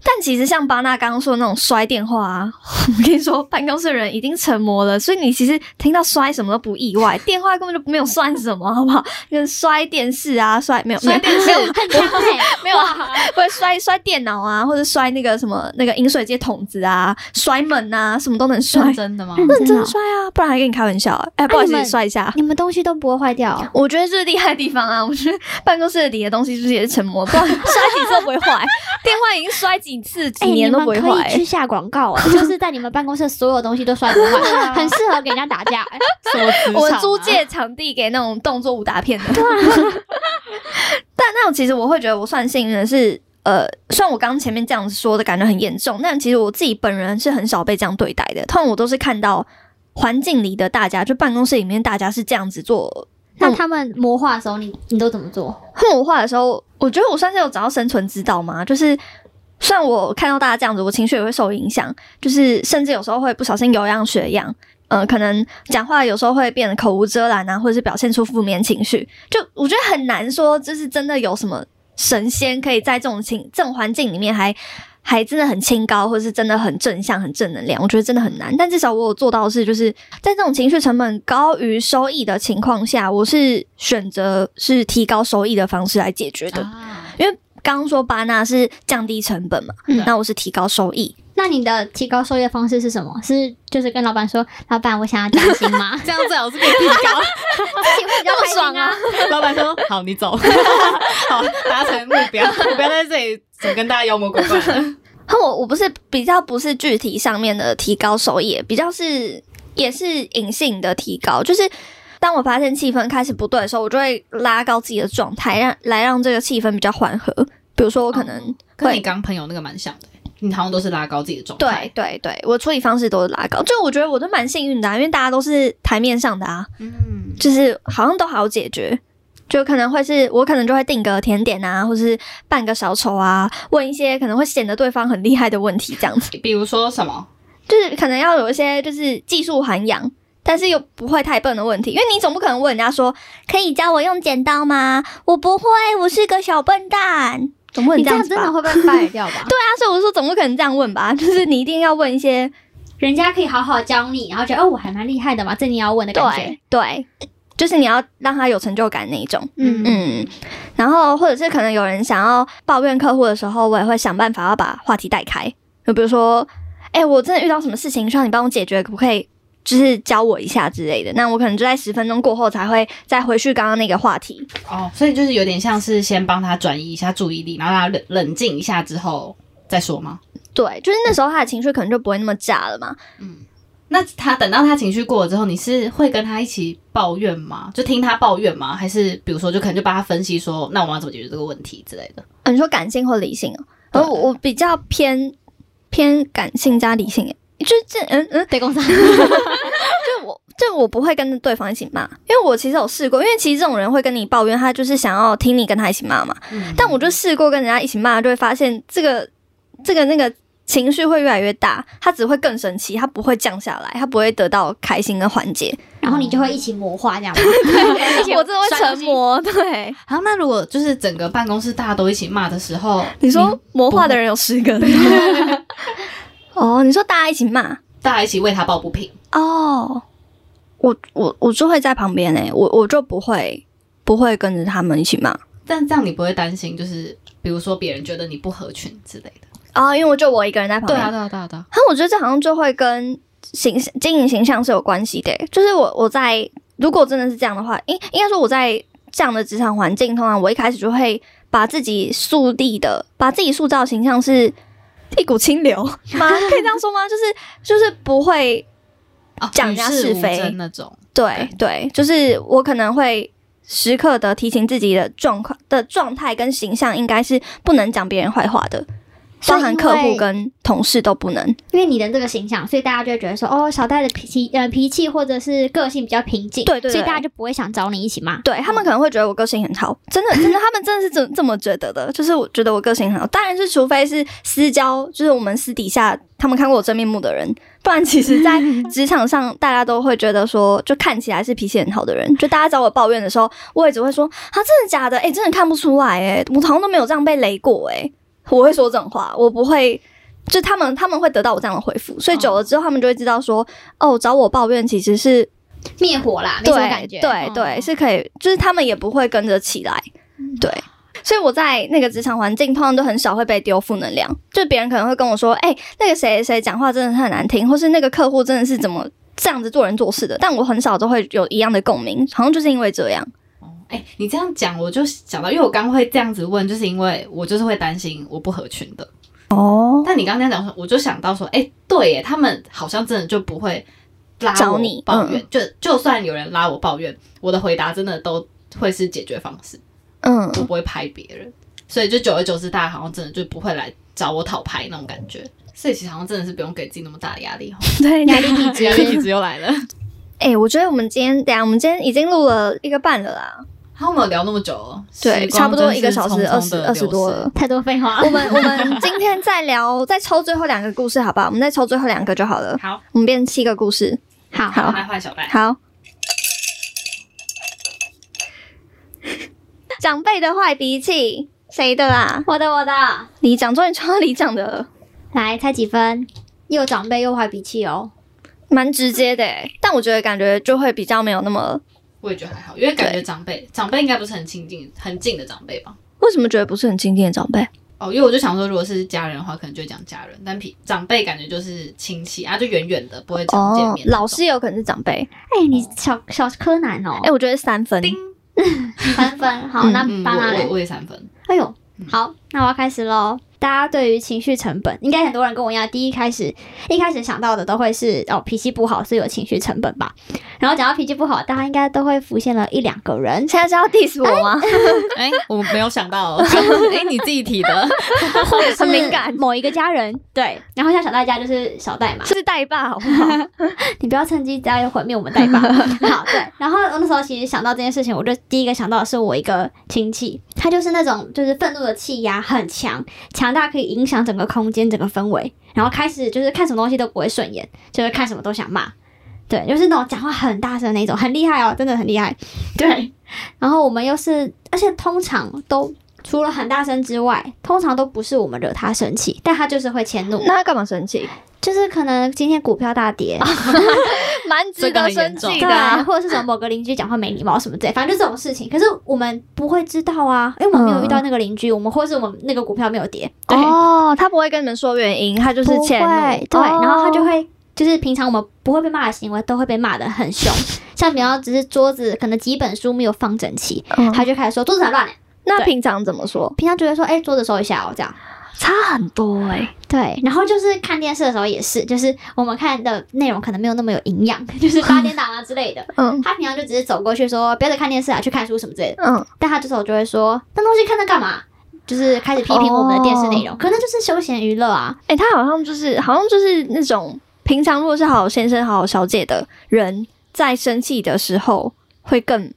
S3: 但其实像巴纳刚刚说的那种摔电话啊， 我跟你说，办公室的人已经成魔了，所以你其实听到摔什么都不意 外，电话根本就没有算什么，好不好？跟摔电视啊，摔没有
S2: 摔电视
S3: 没有没有
S1: 很强哎、欸，
S3: 没有 啊，会摔摔电脑啊，或者摔那个什么那个饮水机桶子啊，摔门啊，什么都能摔。
S2: 是真的 吗？
S1: 认
S3: 认真摔啊，不然还跟你开玩笑、哎、不好意
S1: 你
S3: 思，
S1: 们
S3: 摔一下。
S1: 你们东西都不会坏掉哦，
S3: 我觉得这是厉害的地方啊！我觉得办公室里的东西就是也是沉默，不然 摔几次都不会 坏。电话已经摔几次、几
S1: 哎
S3: 年都
S1: 你
S3: 不会
S1: 们可
S3: 坏、
S1: 以去下广告、 欸，就是在你们办公室所有东西都摔不坏，很适合给人家打架、欸。
S2: 什么职场啊
S3: 我租借场啊地给那种动作武打片的。 但那种其实我会觉得我算幸运的是，呃，虽然我刚前面这样子说的感觉很严重，但其实我自己本人是很少被这样对待的。通常我都是看到环境里的大家，就办公室里面大家是这样子做
S1: 那他们魔化的时候，你你都怎么做？
S3: 看我画的时候，我觉得我算是有找到生存之道嘛，就是。虽然我看到大家这样子，我情绪也会受影响，就是甚至有时候会不小心有样学样，呃，可能讲话有时候会变得口无遮拦啊，或者是表现出负面情绪。就我觉得很难说，就是真的有什么神仙可以在这种情这种环境里面还还真的很清高，或是真的很正向、很正能量。我觉得真的很难，但至少我有做到的是，就是在这种情绪成本高于收益的情况下，我是选择是提高收益的方式来解决的。
S2: 啊
S3: 刚刚说巴纳是降低成本嘛，
S1: 嗯
S3: 那我是提高收益。
S1: 那你的提高收益的方式是什么？是就是跟老板说，老板我想要加薪 吗？
S2: 这样最好是可以提高。
S1: 自己会比较
S3: 那么
S1: 开心
S3: 爽啊
S1: 啊！
S2: 老板说：“好，你走，好，达成目标，我不要在这里怎么跟大家妖魔鬼怪的？
S3: 我我不是比较不是具体上面的提高手也比较是也是隐性的提高，就是当我发现气氛开始不对的时候，我就会拉高自己的状态，让来让这个气氛比较缓和。比如说我可能
S2: 跟
S3: 会、
S2: 你刚朋友那个蛮像的，欸你好像都是拉高自己的状
S3: 对
S2: 态。
S3: 对对，我处理方式都是拉高，就我觉得我都蛮幸运的、啊，因为大家都是台面上的啊，
S2: 对，嗯，
S3: 就是好像都好解决。就可能会是我可能就会订个甜点啊，或是办个小丑啊，问一些可能会显得对方很厉害的问题，这样子。
S2: 比如说什么？
S3: 就是可能要有一些就是技术涵养，但是又不会太笨的问题，因为你总不可能问人家说，可以教我用剪刀吗？我不会，我是个小笨蛋。总不 能
S1: 你
S3: 这
S1: 啊这
S3: 样
S1: 样
S3: 子吧？
S1: 真的
S3: 对
S1: 会被 fire 掉 吧？
S3: 啊，所以我说总不可能这样问吧，就是你一定要问一些
S1: 人家可以好好教你，然后觉得哦，我还蛮厉害的嘛，这你要问的感觉。
S3: 对对，就是你要让他有成就感那一种。
S1: 嗯嗯，
S3: 嗯，然后或者是可能有人想要抱怨客户的时候，我也会想办法要把话题带开。就比如说，哎、我真的遇到什么事情，需要你帮我解决，可不可以？就是教我一下之类的。那我可能就在十分钟过后才会再回去刚刚那个话题。
S2: 哦，所以就是有点像是先帮他转移一下注意力，然后让他冷冷静一下之后再说吗？
S3: 对，就是那时候他的情绪可能就不会那么炸了嘛。
S2: 那他等到他情绪过了之后，你是会跟他一起抱怨吗？就听他抱怨吗？还是比如说就可能就帮他分析说，那我们要怎么解决这个问题之类的？
S3: 啊、你说感性或理性哦、而我我比较偏偏感性加理性耶，就这嗯嗯，
S1: 被 攻杀。
S3: 就我就我不会跟对方一起骂，因为我其实有试过，因为其实这种人会跟你抱怨，他就是想要听你跟他一起骂嘛。
S2: 嗯
S3: 但我就试过跟人家一起骂，就会发现这个这个那个情绪会越来越大，他只会更生气，他不会降下来，他不会得到开心跟缓解。
S1: 然后你就会一起魔化这 样吗？
S3: 我真的会成魔，对。
S2: 好，那如果就是整个办公室大家都一起骂的时候，
S3: 你说魔化的人有十个， 哦，你说大家一起骂，
S2: 大家一起为他抱不平，
S3: 哦，我我我就会在旁边诶、我我就不会不会跟着他们一起骂
S2: 但这样你不会担心，就是比如说别人觉得你不合群之类的。
S3: 啊、因为我就我一个人在旁
S2: 对
S3: 边。
S2: 啊，对啊，对啊，对啊。
S3: 那我觉得这好像就会跟形经营形象是有关系的、欸就是我我在如果真的是这样的话，应应该说我在这样的职场环境，通常我一开始就会把自己树立的，把自己塑造形象是一股 清流吗？可以这样说吗？就是就是不会
S2: 哦
S3: 讲人家
S2: 与世
S3: 是
S2: 无
S3: 非
S2: 争那种，
S3: 对对，就是我可能会时刻的提醒自己的状况的状态跟形象，应该是不能讲别人坏话的，
S1: 所以
S3: 包含
S1: 因
S3: 客户
S1: 为
S3: 跟同事都不能。
S1: 因为你的这个形象，所以大家就会觉得说，哦，小戴的脾气呃脾气或者是个性比较平静，
S3: 对对对
S1: 所以大家就不会想找你一起骂。
S3: 对他们可能会觉得我个性很好，真的真的，他们真的是这这么觉得的，就是我觉得我个性很好。当然是除非是私交，就是我们私底下他们看过我真面目的人，不然其实在职场上大家都会觉得说，就看起来是脾气很好的人，就大家找我抱怨的时候，我也只会说啊，真的假的？哎、真的看不出来哎、我好像都没有这样被雷过哎、我会说这种话，我不会。就他们他们会得到我这样的回复，所以久了之后，他们就会知道说，哦，找我抱怨其实是
S1: 灭火
S2: 啊
S1: 啦，没
S3: 对
S1: 什么感觉。
S3: 对对，
S1: 嗯
S3: 是可以，就是他们也不会跟着起来，
S2: 嗯
S3: 对。所以我在那个职场环境，通常都很少会被丢负能量。就别人可能会跟我说：“哎、那个谁谁讲话真的是很难听，或是那个客户真的是怎么这样子做人做事的。”但我很少都会有一样的共鸣，好像就是因为这样。
S2: 哎、你这样讲，我就想到，因为我刚会这样子问，就是因为我就是会担心我不合群的。
S3: 哦，
S2: 但你刚刚讲说，我就想到说，哎、对耶，他们好像真的就不会拉
S3: 找
S2: 我
S3: 你
S2: 抱
S3: 嗯
S2: 怨，就就算有人拉我抱怨，我的回答真的都会是解决方式，
S3: 嗯，
S2: 我不会拍别人，所以就久而久之，大家好像真的就不会来找我讨拍那种感觉。所以其实好像真的是不用给自己那么大的压 力哦，
S3: 对，
S1: 压力体
S2: 压力
S1: 质。
S2: 一直又来了。
S3: 哎、我觉得我们今天，等一下我们今天已经录了一个半了啦，
S2: 好，我们有聊那么久哦，
S3: 对，
S2: 时光
S3: 差不多
S2: 真
S3: 一个
S2: 是
S3: 小
S2: 匆
S3: 时，
S2: 匆
S3: 二十
S2: 地
S3: 二十
S2: 流
S3: 多
S2: 逝
S3: 了。
S1: 太多废话
S3: 我，们我们今天再聊，再抽最后两个故事，好不好？我们再抽最后两个就好了。
S2: 好，
S3: 我们变七个故事。
S1: 好
S3: 好
S2: 来换小白。
S3: 好，长辈的坏脾气，谁的啊啦？
S1: 我的我的，
S3: 李长，终于抽到李长的了，
S1: 来猜几分？又长辈又坏脾气哦，
S3: 蛮直接的欸。但我觉得感觉就会比较没有那么，
S2: 我也觉得还好，因为感觉长辈长辈应该不是很亲近、很近的长辈吧。
S3: 为什么觉得不是很亲近的长辈？
S2: 哦，因为我就想说，如果是家人的话，可能就会讲家人，但平长辈感觉就是亲戚啊，就远远的，不会常见面那种。
S3: 哦老师也有可能是长辈。
S1: 哎，你小小柯南哦
S3: 哎、，我觉得三分。
S2: 叮，
S1: 三分，好，
S3: 嗯
S1: 那
S2: 嗯，
S1: 帮他
S2: 我
S1: 来
S2: 我。我也三分。
S1: 哎呦，好，那我要开始喽。大家对于情绪成本，应该很多人跟我一样，第一开始一开始想到的都会是哦脾气不好，所以有情绪成本吧。然后讲到脾气不好，大家应该都会浮现了一两个人，
S3: 现在是要 diss 我啊吗？
S2: 哎、我没有想 到哦，哎、你自己提的，
S1: 或者是
S3: 很敏感
S1: 某一个家人，对。然后像小代家就是小代嘛，
S3: 是带爸好不好？
S1: 你不要趁机再毁灭我们代爸。好，对。然后我那时候其实想到这件事情，我就第一个想到的是我一个亲戚，他就是那种就是愤怒的气压很强，强大可以影响整个空间、整个氛围，然后开始就是看什么东西都不会顺眼，就是看什么都想骂。对，就是那种讲话很大声的那种，很厉害哦，真的很厉害。对，然后我们又是，而且通常都除了很大声之外，通常都不是我们惹他生气，但他就是会迁怒，
S3: 那他干嘛生气？
S1: 就是可能今天股票大跌，
S3: 蛮值得生气
S1: 对
S3: 的
S1: 啊，
S3: 啊。
S1: 或者是什么某个邻居讲话没礼貌什么之类，反正就这种事情。可是我们不会知道啊，因为我们没有遇到那个邻居，我们或是我们那个股票没有跌，对，
S3: 哦，他不会跟你们说原因，他就是
S1: 不
S3: 迁怒
S1: 会，对，
S3: 哦
S1: 然后他就会。就是平常我们不会被骂的行为，都会被骂的很凶。像比方只是桌子可能几本书没有放整齐，
S3: 嗯
S1: 他就开始说桌子很乱、欸。
S3: 那
S1: 对
S3: 平常怎么说？
S1: 平常就会说，哎、桌子收一下哦，这样。
S3: 差很多哎。
S1: 对，然后就是看电视的时候也是，就是我们看的内容可能没有那么有营养， 就是八点档啊之类的。
S3: 嗯
S1: 他平常就只是走过去说，不要再看电视啊，去看书什么之类的。
S3: 嗯，
S1: 但他这时候就会说，那东西看那干嘛？就是开始批评我们的电视内容可能就是休闲娱乐啊。
S3: 哎，他好像就是好像就是那种平常如果是好先生好小姐的人，在生气的时候会更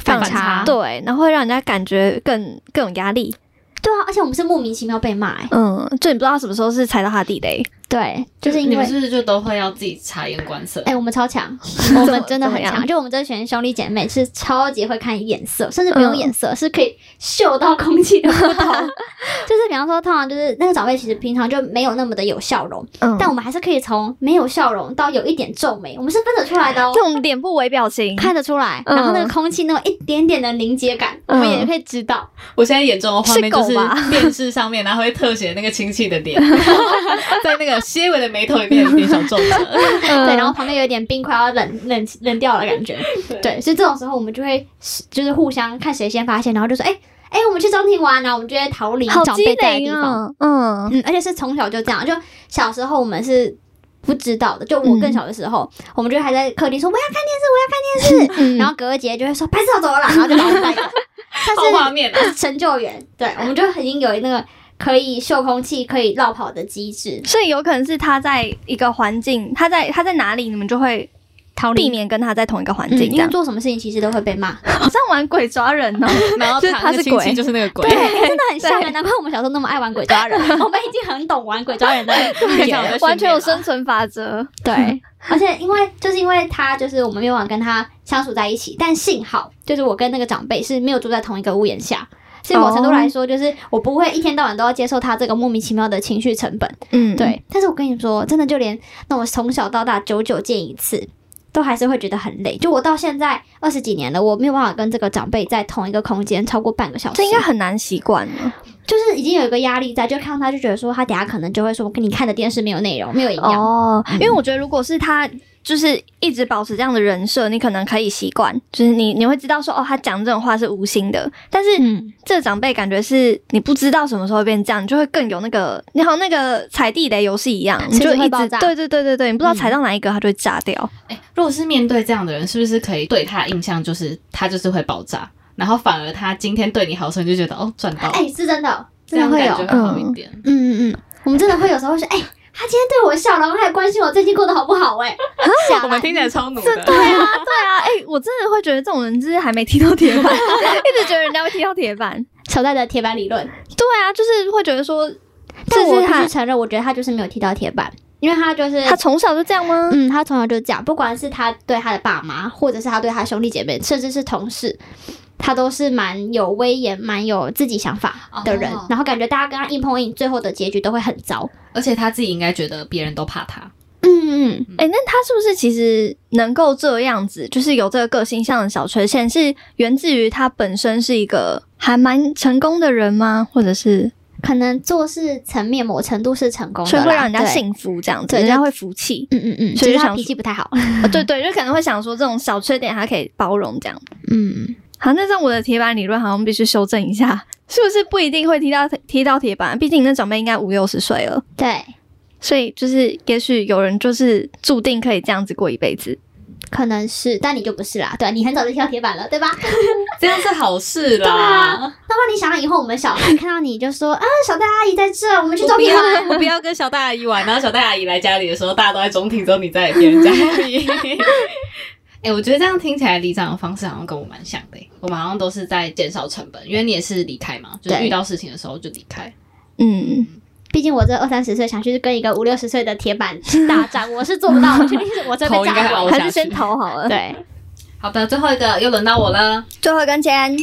S2: 反
S1: 反差
S2: 差，
S3: 对，然后会让人家感觉更更有压力。
S1: 对啊，而且我们是莫名其妙被骂、欸，
S3: 嗯，就你不知道他什么时候是踩到他的地雷。
S1: 对，就是因
S2: 你
S1: 为
S2: 们是不是就都会要自己察言观色？
S1: 哎、我们超 强，我们真的很
S3: 怎么
S1: 强。
S3: 样
S1: 就我们这群兄弟姐妹是超级会看眼色，甚至不用眼色，是可以嗅到空气的不 同。就是比方说，通常就是那个长辈其实平常就没有那么的有笑容，
S3: 嗯，
S1: 但我们还是可以从没有笑容到有一点皱眉，我们是分得出来的哦
S3: 这。种脸部微表情，
S1: 看得出来，
S3: 嗯
S1: 然后那个空气那种一点点的凝结感，我
S3: 嗯
S1: 们也可以知道。
S2: 我现在眼中的画面就是是
S3: 狗吧
S2: 电视上面，然后会特写那个亲戚的 脸，在那个纤维的眉头里面有一点小皱褶。
S3: 嗯
S1: 对，然后旁边有一点冰块要冷冷冷掉的感觉。对，所以这种时候我们就会就是互相看谁先发现，然后就说：“哎、哎、我们去中庭玩。”然后我们就会逃离
S3: 好
S1: 长
S3: 机
S1: 辈在的
S3: 灵
S1: 地方。
S3: 啊， 嗯，
S1: 嗯，而且是从小就这样，就小时候我们是不知道的，就我更小的时候，我们就还在客厅说我要看电视，我要看电视，
S3: 嗯
S1: 然后隔个节就会说拍照走了啦，然后就把我们带走。
S2: 好画
S1: 但
S2: 面啊！
S1: 是成就员，对，我们就已经有那个可以嗅空气、可以绕跑的机制，
S3: 所以有可能是他在一个环境，他在他在哪里，你们就会
S1: 逃
S3: 避免跟他在同一个环
S1: 嗯
S3: 境，这
S1: 因为
S3: 样。
S1: 做什么事情其实都会被骂，
S3: 好像玩鬼抓人 哦，
S2: 然后
S3: 就是
S2: 他
S3: 他
S2: 那个
S3: 是
S2: 亲
S3: 鬼
S2: 戚就是那个鬼
S1: 对，， 真的很吓
S3: 对
S1: 人。难怪我们小时候那么爱玩鬼抓人， 我们已经很懂玩鬼抓人的 啊
S2: 对
S1: 语言了
S2: 在训练吧
S3: 完全有生存法则。
S1: 对， 而且因为就是因为他就是我们没有办法跟他相处在一起，但幸好就是我跟那个长辈是没有住在同一个屋檐下，所以某程度来说，就是我不会一天到晚都要接受他这个莫名其妙的情绪成本。
S3: 嗯，
S1: 对，但是我跟你说，真的就连那我从小到大久久见一次。都还是会觉得很累，就我到现在二十几年了，我没有办法跟这个长辈在同一个空间超过半个小时，
S3: 这应该很难习惯了。
S1: 就是已经有一个压力在，就看到他就觉得说他等下可能就会说，我跟你看的电视没有内容，没有营养，
S3: 哦，因为我觉得如果是他。就是一直保持这样的人设，你可能可以习惯，就是你你会知道说哦，他讲这种话是无心的。但是
S1: 嗯，
S3: 这个长辈感觉是你不知道什么时候会变这样，你就会更有那个，你好像那个踩地雷游戏一样，你
S1: 随时
S3: 就
S1: 会
S3: 一
S1: 爆
S3: 直
S1: 炸
S3: 对对对对对，你不知道踩到哪一个，它就会炸掉。
S2: 哎如果是面对这样的人，是不是可以对他的印象就是他就是会爆炸，然后反而他今天对你好时，你就觉得哦赚到，
S1: 哎、是真的，
S2: 这
S1: 真的
S2: 样
S1: 会
S2: 感
S1: 有，
S2: 觉会好一点。
S1: 嗯嗯，嗯，我们真的会有时候会说，哎、他今天对我笑了，他还关心我最近过得好不好、哎，吓烂
S2: 我们听起来超努
S3: 这
S2: 的，
S3: 对啊，对啊，哎、我真的会觉得这种人就是还没踢到铁板， 一直觉得人家会踢到铁板。
S1: 小戴的铁板理论。
S3: 对啊，就是会觉得说，
S1: 但我
S3: 这是
S1: 必
S3: 他
S1: 须承认，我觉得他就是没有踢到铁板，因为他就是
S3: 他从小就这样吗？
S1: 嗯，他从小就这样，不管是他对他的爸妈，或者是他对他兄弟姐妹，甚至是同事。他都是蛮有威严、蛮有自己想法的人
S2: 哦
S1: 然后感觉大家跟他硬碰硬，最后的结局都会很糟。
S2: 而且他自己应该觉得别人都怕他，
S1: 嗯嗯，
S3: 哎、那他是不是其实能够这样子，就是有这个个性上的小缺陷，是源自于他本身是一个还蛮成功的人吗？或者是
S1: 可能做事层面某程度是成功的
S3: 所以
S1: 啦，
S3: 会让人家
S1: 对。
S3: 幸福这样子，
S1: 对
S3: 人家会服气。
S1: 嗯嗯嗯，
S3: 所
S1: 所
S3: 以
S1: 以
S3: 就
S1: 他
S3: 想
S1: 脾
S3: 说
S1: 气不太好。
S3: 啊对对，就可能会想说这种小缺点还可以包容这样。
S1: 嗯，
S3: 好，那这样我的铁板理论好像必须修正一下，是不是不一定会踢到踢到铁板？毕竟你那长辈应该五六十岁了，
S1: 对，
S3: 所以就是也许有人就是注定可以这样子过一辈子。
S1: 可能是，但你就不是啦，对，你很早就跳铁板了，对吧？
S2: 这样是好事啦。
S1: 对啊，那么你想想以后我们小孩看到你就说啊，小戴阿姨在这，我们去
S2: 我
S1: 找
S2: 不
S1: 你
S2: 要
S1: 玩。，
S2: 我不要跟小戴阿姨玩。然后小戴阿姨来家里的时候，大家都在中庭，之后你在别人家里。 哎、我觉得这样听起来，里长的方式好像跟我蛮像的、欸我们好像都是在减少成本，因为你也是离开嘛，就是
S1: 对
S2: 遇到事情的时候就离开。
S3: 嗯，
S1: 毕竟我这二三十岁想去跟一个五六十岁的铁板大战，我是做不到，我确定是我这被
S2: 头应该
S1: 炸
S2: 凹
S1: 过。
S2: 下
S3: 还是
S2: 去
S3: 先逃好了。
S1: 对，
S2: 好的，最后一个又轮到我了。
S3: 最后一根签，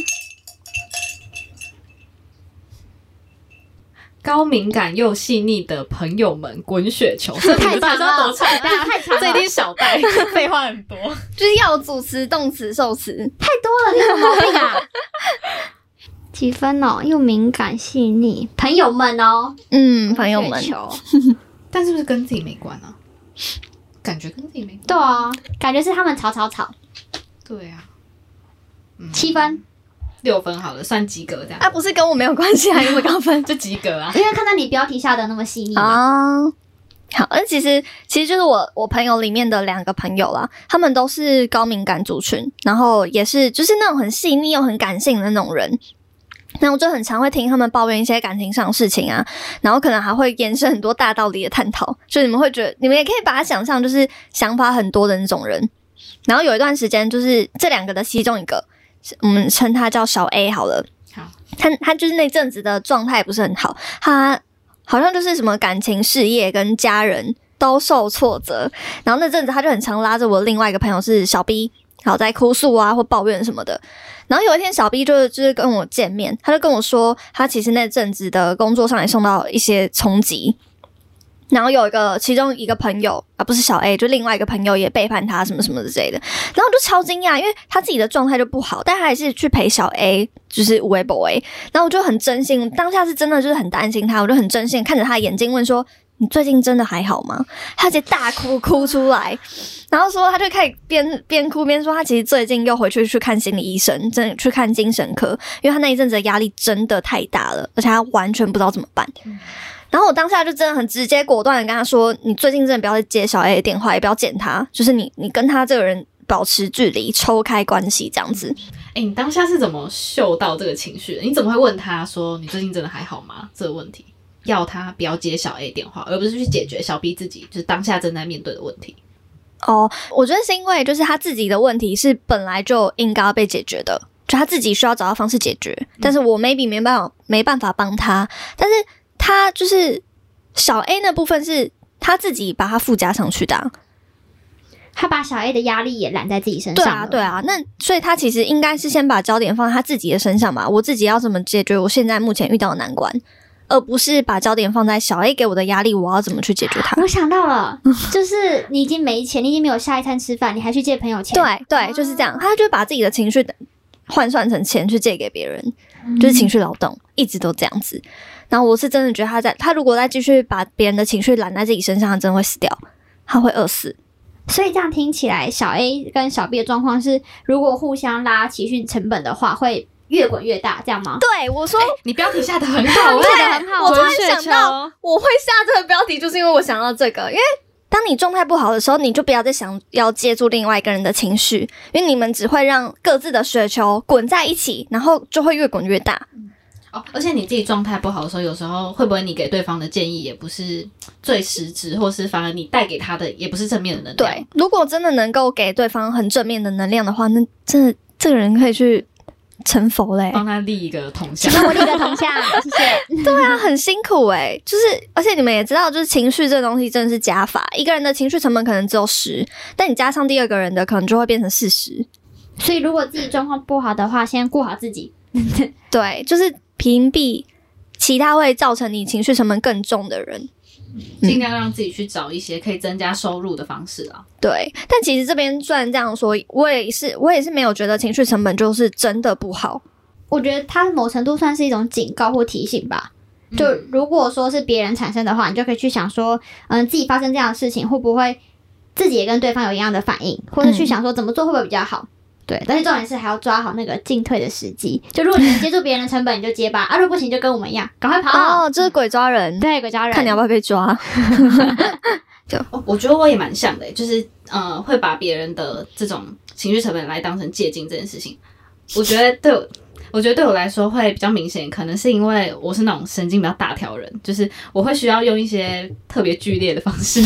S2: 高敏感又细腻的朋友们，滚雪球，这
S1: 太
S2: 名字到
S1: 长
S2: 底是要
S1: 了，太
S2: 多长
S1: 长了太长了，
S2: 这一定是小 戴，废话很多。
S3: 就是要组词、动词、受词。
S1: 太多了，你有毛病啊！几分哦？又敏感细腻，朋友们哦，
S3: 嗯，朋友们
S1: 雪，球
S2: 但是不是跟自己没关啊？感觉跟自己没关。
S1: 对啊，感觉是他们吵吵吵，
S2: 对啊，嗯
S1: 七分，
S2: 六分好了，算及格这样。
S3: 啊，不是跟我没有关系啊，因为高分
S2: 就及格啊。
S1: 因为看到你标题下的那么细腻嘛，
S3: 啊。好，那其实其实就是我我朋友里面的两个朋友啦，他们都是高敏感族群，然后也是就是那种很细腻又很感性的那种人。那我就很常会听他们抱怨一些感情上的事情啊，然后可能还会延伸很多大道理的探讨，所以你们会觉得，你们也可以把它想象就是想法很多的那种人。然后有一段时间，就是这两个的其中一个，我们称他叫小 A 好了。
S2: 好，
S3: 他他就是那阵子的状态不是很好，他好像就是什么感情、事业跟家人都受挫折。然后那阵子他就很常拉着我另外一个朋友是小 B，然后在哭诉啊或抱怨什么的。然后有一天小 B 就就是跟我见面，他就跟我说，他其实那阵子的工作上也受到一些冲击。然后有一个其中一个朋友啊，不是小 A，就另外一个朋友也背叛他什么什么之类的，然后我就超惊讶，因为他自己的状态就不好，但他还是去陪小 A，就是无为 boy，然后我就很真心，当下是真的就是很担心他，我就很真心地看着他的眼睛问说：“你最近真的还好吗？”他直接大哭哭出来，然后说他就开始边边哭边说他其实最近又回去去看心理医生，真的去看精神科，因为他那一阵子的压力真的太大了，而且他完全不知道怎么办。然后我当下就真的很直接果断的跟他说：“你最近真的不要再接小 A 的电话，也不要见他，就是你你跟他这个人保持距离，抽开关系这样子。”
S2: 哎、你当下是怎么嗅到这个情绪的？你怎么会问他说你最近真的还好吗？这个问题，要他不要接小 A 电话，而不是去解决小 B 自己就是当下正在面对的问题。
S3: 哦，我觉得是因为就是他自己的问题是本来就应该要被解决的，就他自己需要找到方式解决，但是我 maybe 没办法没办法帮他，但是他就是小 A 那部分是他自己把它附加上去的啊、
S1: 他把小 A 的压力也揽在自己身
S3: 对
S1: 上
S3: 啊
S1: 了，
S3: 对啊，那所以他其实应该是先把焦点放在他自己的身上吧，我自己要怎么解决我现在目前遇到的难关，而不是把焦点放在小 A 给我的压力，我要怎么去解决它。
S1: 我想到了， 就是你已经没钱，你已经没有下一餐吃饭，你还去借朋友钱，，
S3: 对对，就是这样，他就把自己的情绪换算成钱去借给别人，就是情绪劳动，一直都这样子。然后我是真的觉得他在，他如果再继续把别人的情绪揽在自己身上，他真的会死掉，他会饿死。
S1: 所以这样听起来，小 A 跟小 B 的状况是，如果互相拉情绪成本的话，会越滚越大，这样吗？
S3: 对，我说
S2: 哎、你标题下的很 好，我
S1: 对
S2: 觉
S1: 得
S2: 得
S1: 很好
S3: 我突
S2: 滚
S3: 然
S2: 雪
S3: 想
S2: 球
S3: 到，我会下这个标题，就是因为我想到这个，因为。当你状态不好的时候，你就不要再想要接住另外一个人的情绪，因为你们只会让各自的雪球滚在一起，然后就会越滚越大。
S2: 哦，而且你自己状态不好的时候，有时候会不会你给对方的建议也不是最实质，或是反而你带给他的也不是正面的能量？
S3: 对，如果真的能够给对方很正面的能量的话，那真的这个人可以去成佛嘞、
S2: 帮他立一个铜像
S1: 请。跟我立个铜像，谢谢。
S3: 对啊，很辛苦哎、就是而且你们也知道，就是情绪这东西真的是加法，一个人的情绪成本可能只有十，但你加上第二个人的，可能就会变成四十。
S1: 所以如果自己状况不好的话，先顾好自己。
S3: 对，就是屏蔽其他会造成你情绪成本更重的人。
S2: 尽量让自己去找一些可以增加收入的方式啊。
S3: 对，但其实这边虽然这样说，我也是我也是没有觉得情绪成本就是真的不好。
S1: 我觉得它某程度算是一种警告或提醒吧。就
S2: 嗯
S1: 如果说是别人产生的话，你就可以去想说，嗯，自己发生这样的事情会不会自己也跟对方有一样的反应，或者去
S3: 嗯
S1: 想说怎么做会不会比较好。对，但是重点是还要抓好那个进退的时机。就如果你能接住别人的成本，你就接吧；啊，如果不行，就跟我们一样，赶快跑。
S3: 哦，就是鬼抓人，
S1: 啊对，鬼抓人，
S3: 看你要不要被抓。
S2: 哦我觉得我也蛮像的，就是呃，会把别人的这种情绪成本来当成借镜这件事情，我觉得对我。我觉得对我来说会比较明显，可能是因为我是那种神经比较大条人，就是我会需要用一些特别剧烈的方 式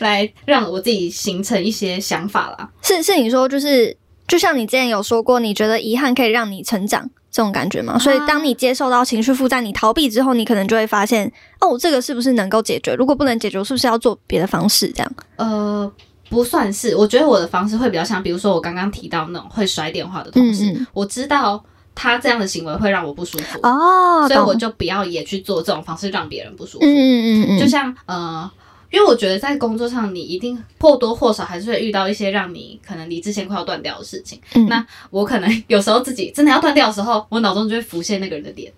S2: 来让我自己形成一些想法啦。
S3: 是是，你说就是，就像你之前有说过，你觉得遗憾可以让你成长这种感觉吗？所以当你接受到情绪负担，你逃避之后，你可能就会发现，哦，这个是不是能够解决？如果不能解决，是不是要做别的方式？这样
S2: 呃，不算是，我觉得我的方式会比较像，比如说我刚刚提到那种会摔电话的同事，
S3: 嗯嗯
S2: 我知道他这样的行为会让我不舒服，
S3: 哦，
S2: 所以我
S3: 懂
S2: 就不要也去做这种方式让别人不舒服。
S3: 嗯嗯嗯嗯，
S2: 就像呃，因为我觉得在工作上，你一定或多或少还是会遇到一些让你可能理智线快要断掉的事情。
S3: 嗯
S2: 那我可能有时候自己真的要断掉的时候，我脑中就会浮现那个人的脸，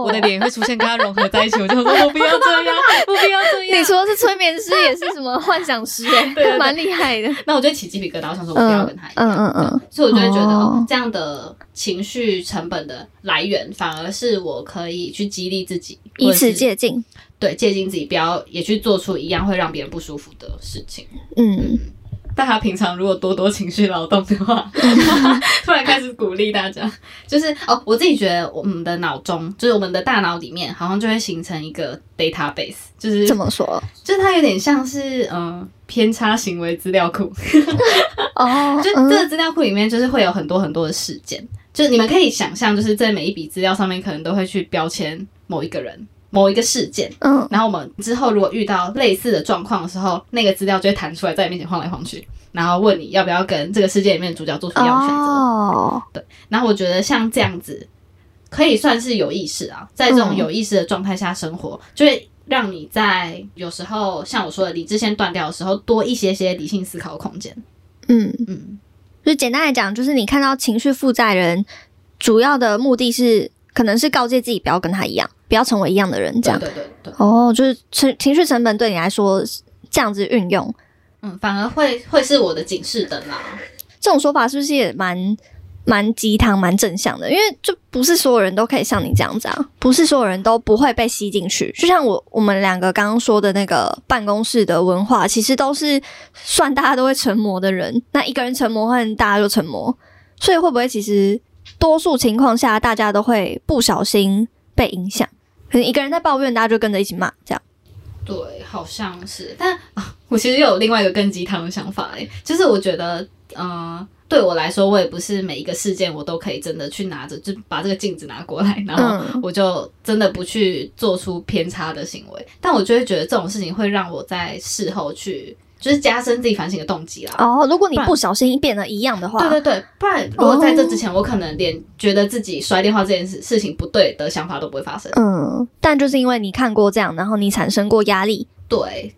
S2: 我的脸会出现跟他融合在一起，我就说我不要这样，我不要这样。
S3: 你说是催眠师，也是 什么幻想师、
S2: 对
S3: 欸，
S2: 对
S3: 蛮厉害的。
S2: 那我就会起鸡皮疙瘩，我想说我不要
S3: 嗯
S2: 跟他一样。
S3: 嗯嗯嗯，
S2: 所以我就会觉得、
S3: 哦
S2: 哦，这样的情绪成本的来源，反而是我可以去激励自己，
S3: 以
S2: 或者
S3: 此
S2: 是
S3: 借镜。
S2: 对借鉴自己，不要也去做出一样会让别人不舒服的事情。
S3: 嗯，
S2: 大家平常如果多多情绪劳动的话，
S3: 嗯
S2: 突然开始鼓励大家，就是哦，我自己觉得我们的脑中，就是我们的大脑里面，好像就会形成一个 database，就是
S3: 怎么说？
S2: 就是它有点像是嗯、呃偏差行为资料库，
S3: 哦，
S2: 就
S3: 嗯
S2: 这个资料库里面就是会有很多很多的事件，就是你们可以想象，就是在每一笔资料上面可能都会去标签某一个人、某一个事件，
S3: 嗯，
S2: 然后我们之后如果遇到类似的状况的时候，那个资料就会弹出来在你面前晃来晃去，然后问你要不要跟这个世界里面的主角做出一样的选择。
S3: 哦，
S2: 然后我觉得像这样子，可以算是有意识啊，在这种
S3: 嗯
S2: 有意识的状态下生活，就会让你在有时候像我说的理智线断掉的时候，多一些些理性思考的空间。
S3: 嗯，
S2: 嗯，
S3: 就简单来讲，就是你看到情绪负债的人，主要的目的是可能是告诫自己不要跟他一样，不要成为一样的人，
S2: 对
S3: 这样。
S2: 对对对，
S3: 哦，就是情情绪成本对你来说这样子运用，
S2: 嗯，反而会会是我的警示灯啦。
S3: 这种说法是不是也蛮蛮鸡汤、蛮正向的？因为就不是所有人都可以像你这样子啊，不是所有人都不会被吸进去。就像我我们两个刚刚说的那个办公室的文化，其实都是算大家都会成魔的人，那一个人成魔，换大家就成魔，所以会不会其实多数情况下大家都会不小心被影响？可能一个人在抱怨，大家就跟着一起骂，这样。
S2: 对，好像是，但啊，我其实又有另外一个更鸡汤的想法、欸，就是我觉得，呃，对我来说，我也不是每一个事件我都可以真的去拿着，就把这个镜子拿过来，然后
S3: 嗯
S2: 我就真的不去做出偏差的行为。但我就会觉得这种事情会让我在事后去，就是加深自己反省的动机啦。
S3: 哦，如果你
S2: 不然
S3: 不小心变得一样的话，
S2: 对对对，不然如果在这之前，我可能连觉得自己摔电话这件事事情不对的想法都不会发生。
S3: 嗯，但就是因为你看过这样，然后你产生过压力，
S2: 对，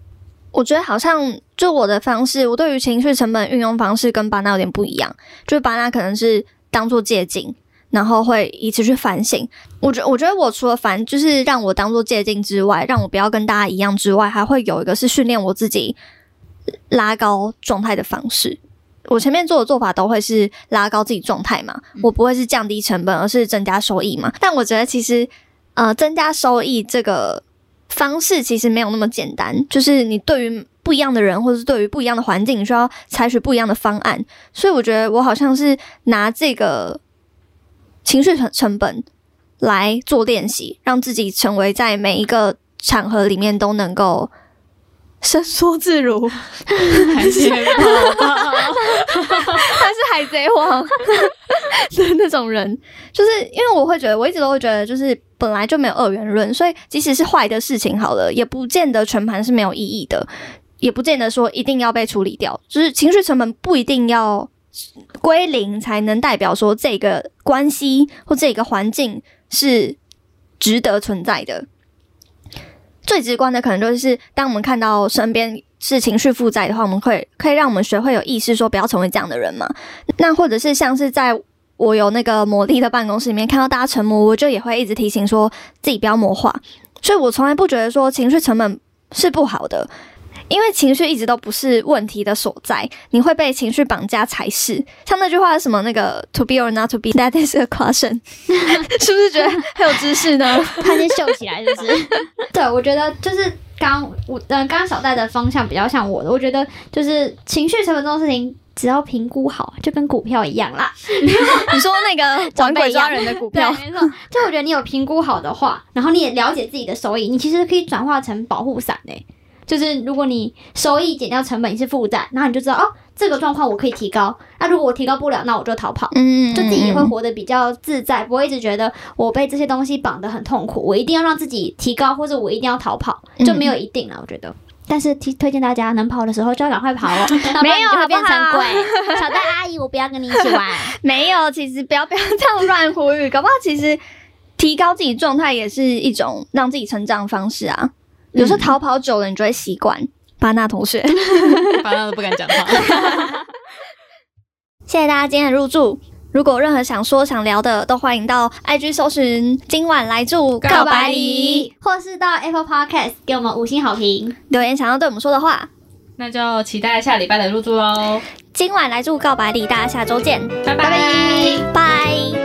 S3: 我觉得好像就我的方式，我对于情绪成本运用方式跟巴纳有点不一样，就是巴纳可能是当做借镜。然后会一直去反省，我觉我觉得我除了反就是让我当做借镜之外，让我不要跟大家一样之外，还会有一个是训练我自己拉高状态的方式。我前面做的做法都会是拉高自己状态嘛，我不会是降低成本，而是增加收益嘛。但我觉得其实呃，增加收益这个方式其实没有那么简单，就是你对于不一样的人，或者是对于不一样的环境，你需要采取不一样的方案。所以我觉得我好像是拿这个情绪成成本来做练习，让自己成为在每一个场合里面都能够伸缩自如，还
S2: 还是
S3: 是海贼王的 那种人。就是因为我会觉得，我一直都会觉得，就是本来就没有二元论，所以即使是坏的事情好了，也不见得全盘是没有意义的，也不见得说一定要被处理掉。就是情绪成本不一定要归零才能代表说这个关系或这个环境是值得存在的。最直观的可能就是，当我们看到身边是情绪负债的话，我们会可以让我们学会有意识，说不要成为这样的人嘛。那或者是像是在我有那个魔力的办公室里面看到大家成魔，我就也会一直提醒说自己不要魔化。所以我从来不觉得说情绪成本是不好的，因为情绪一直都不是问题的所在，你会被情绪绑架才是。像那句话是什么？那个 “to be or not to be”，that is a question，是 不是觉得很有知识呢？
S1: 他先秀起来，就是对，我觉得就是刚我呃，刚刚小戴的方向比较像我的，我觉得就是情绪成本这种事情，只要评估好，就跟股票一样啦。
S3: 你说那 个
S1: 长
S3: 玩
S1: 辈
S3: 鬼
S1: 一样
S3: 抓人的股
S1: 对，
S3: 票，
S1: 没错，就我觉得你有评估好的话，然后你也了解自己的收益，你其实可以转化成保护伞诶、欸就是如果你收益减掉成本，你是负债，然后你就知道哦，这个状况我可以提高。那如果我提高不了，那我就逃跑。
S3: 嗯
S1: 就自己也会活得比较自在，不会一直觉得我被这些东西绑得很痛苦，我一定要让自己提高，或者我一定要逃跑，
S3: 嗯
S1: 就没有一定了，我觉得。但是提推荐大家能跑的时候就要赶快 跑哦，要不然
S3: 没有
S1: 你就会变成
S3: 好不好
S1: 鬼。小戴阿姨，我不要跟你一起玩。
S3: 没有，其实不要不要这样乱呼吁，搞不好其实提高自己状态也是一种让自己成长的方式啊。有时候逃跑久了，你就会习惯。巴纳同学，
S2: 反正都不敢讲话。
S3: 谢谢大家今天的入住。如果有任何想说想聊的，都欢迎到 IG 搜寻“今晚来住告白礼，
S1: 或是到 Apple Podcast 给我们五星好评。”，
S3: 留言想要对我们说的话。
S2: 那就期待下礼拜的入住喽，
S3: 今晚来住告白礼，大家下周见，
S2: 拜拜
S3: 拜。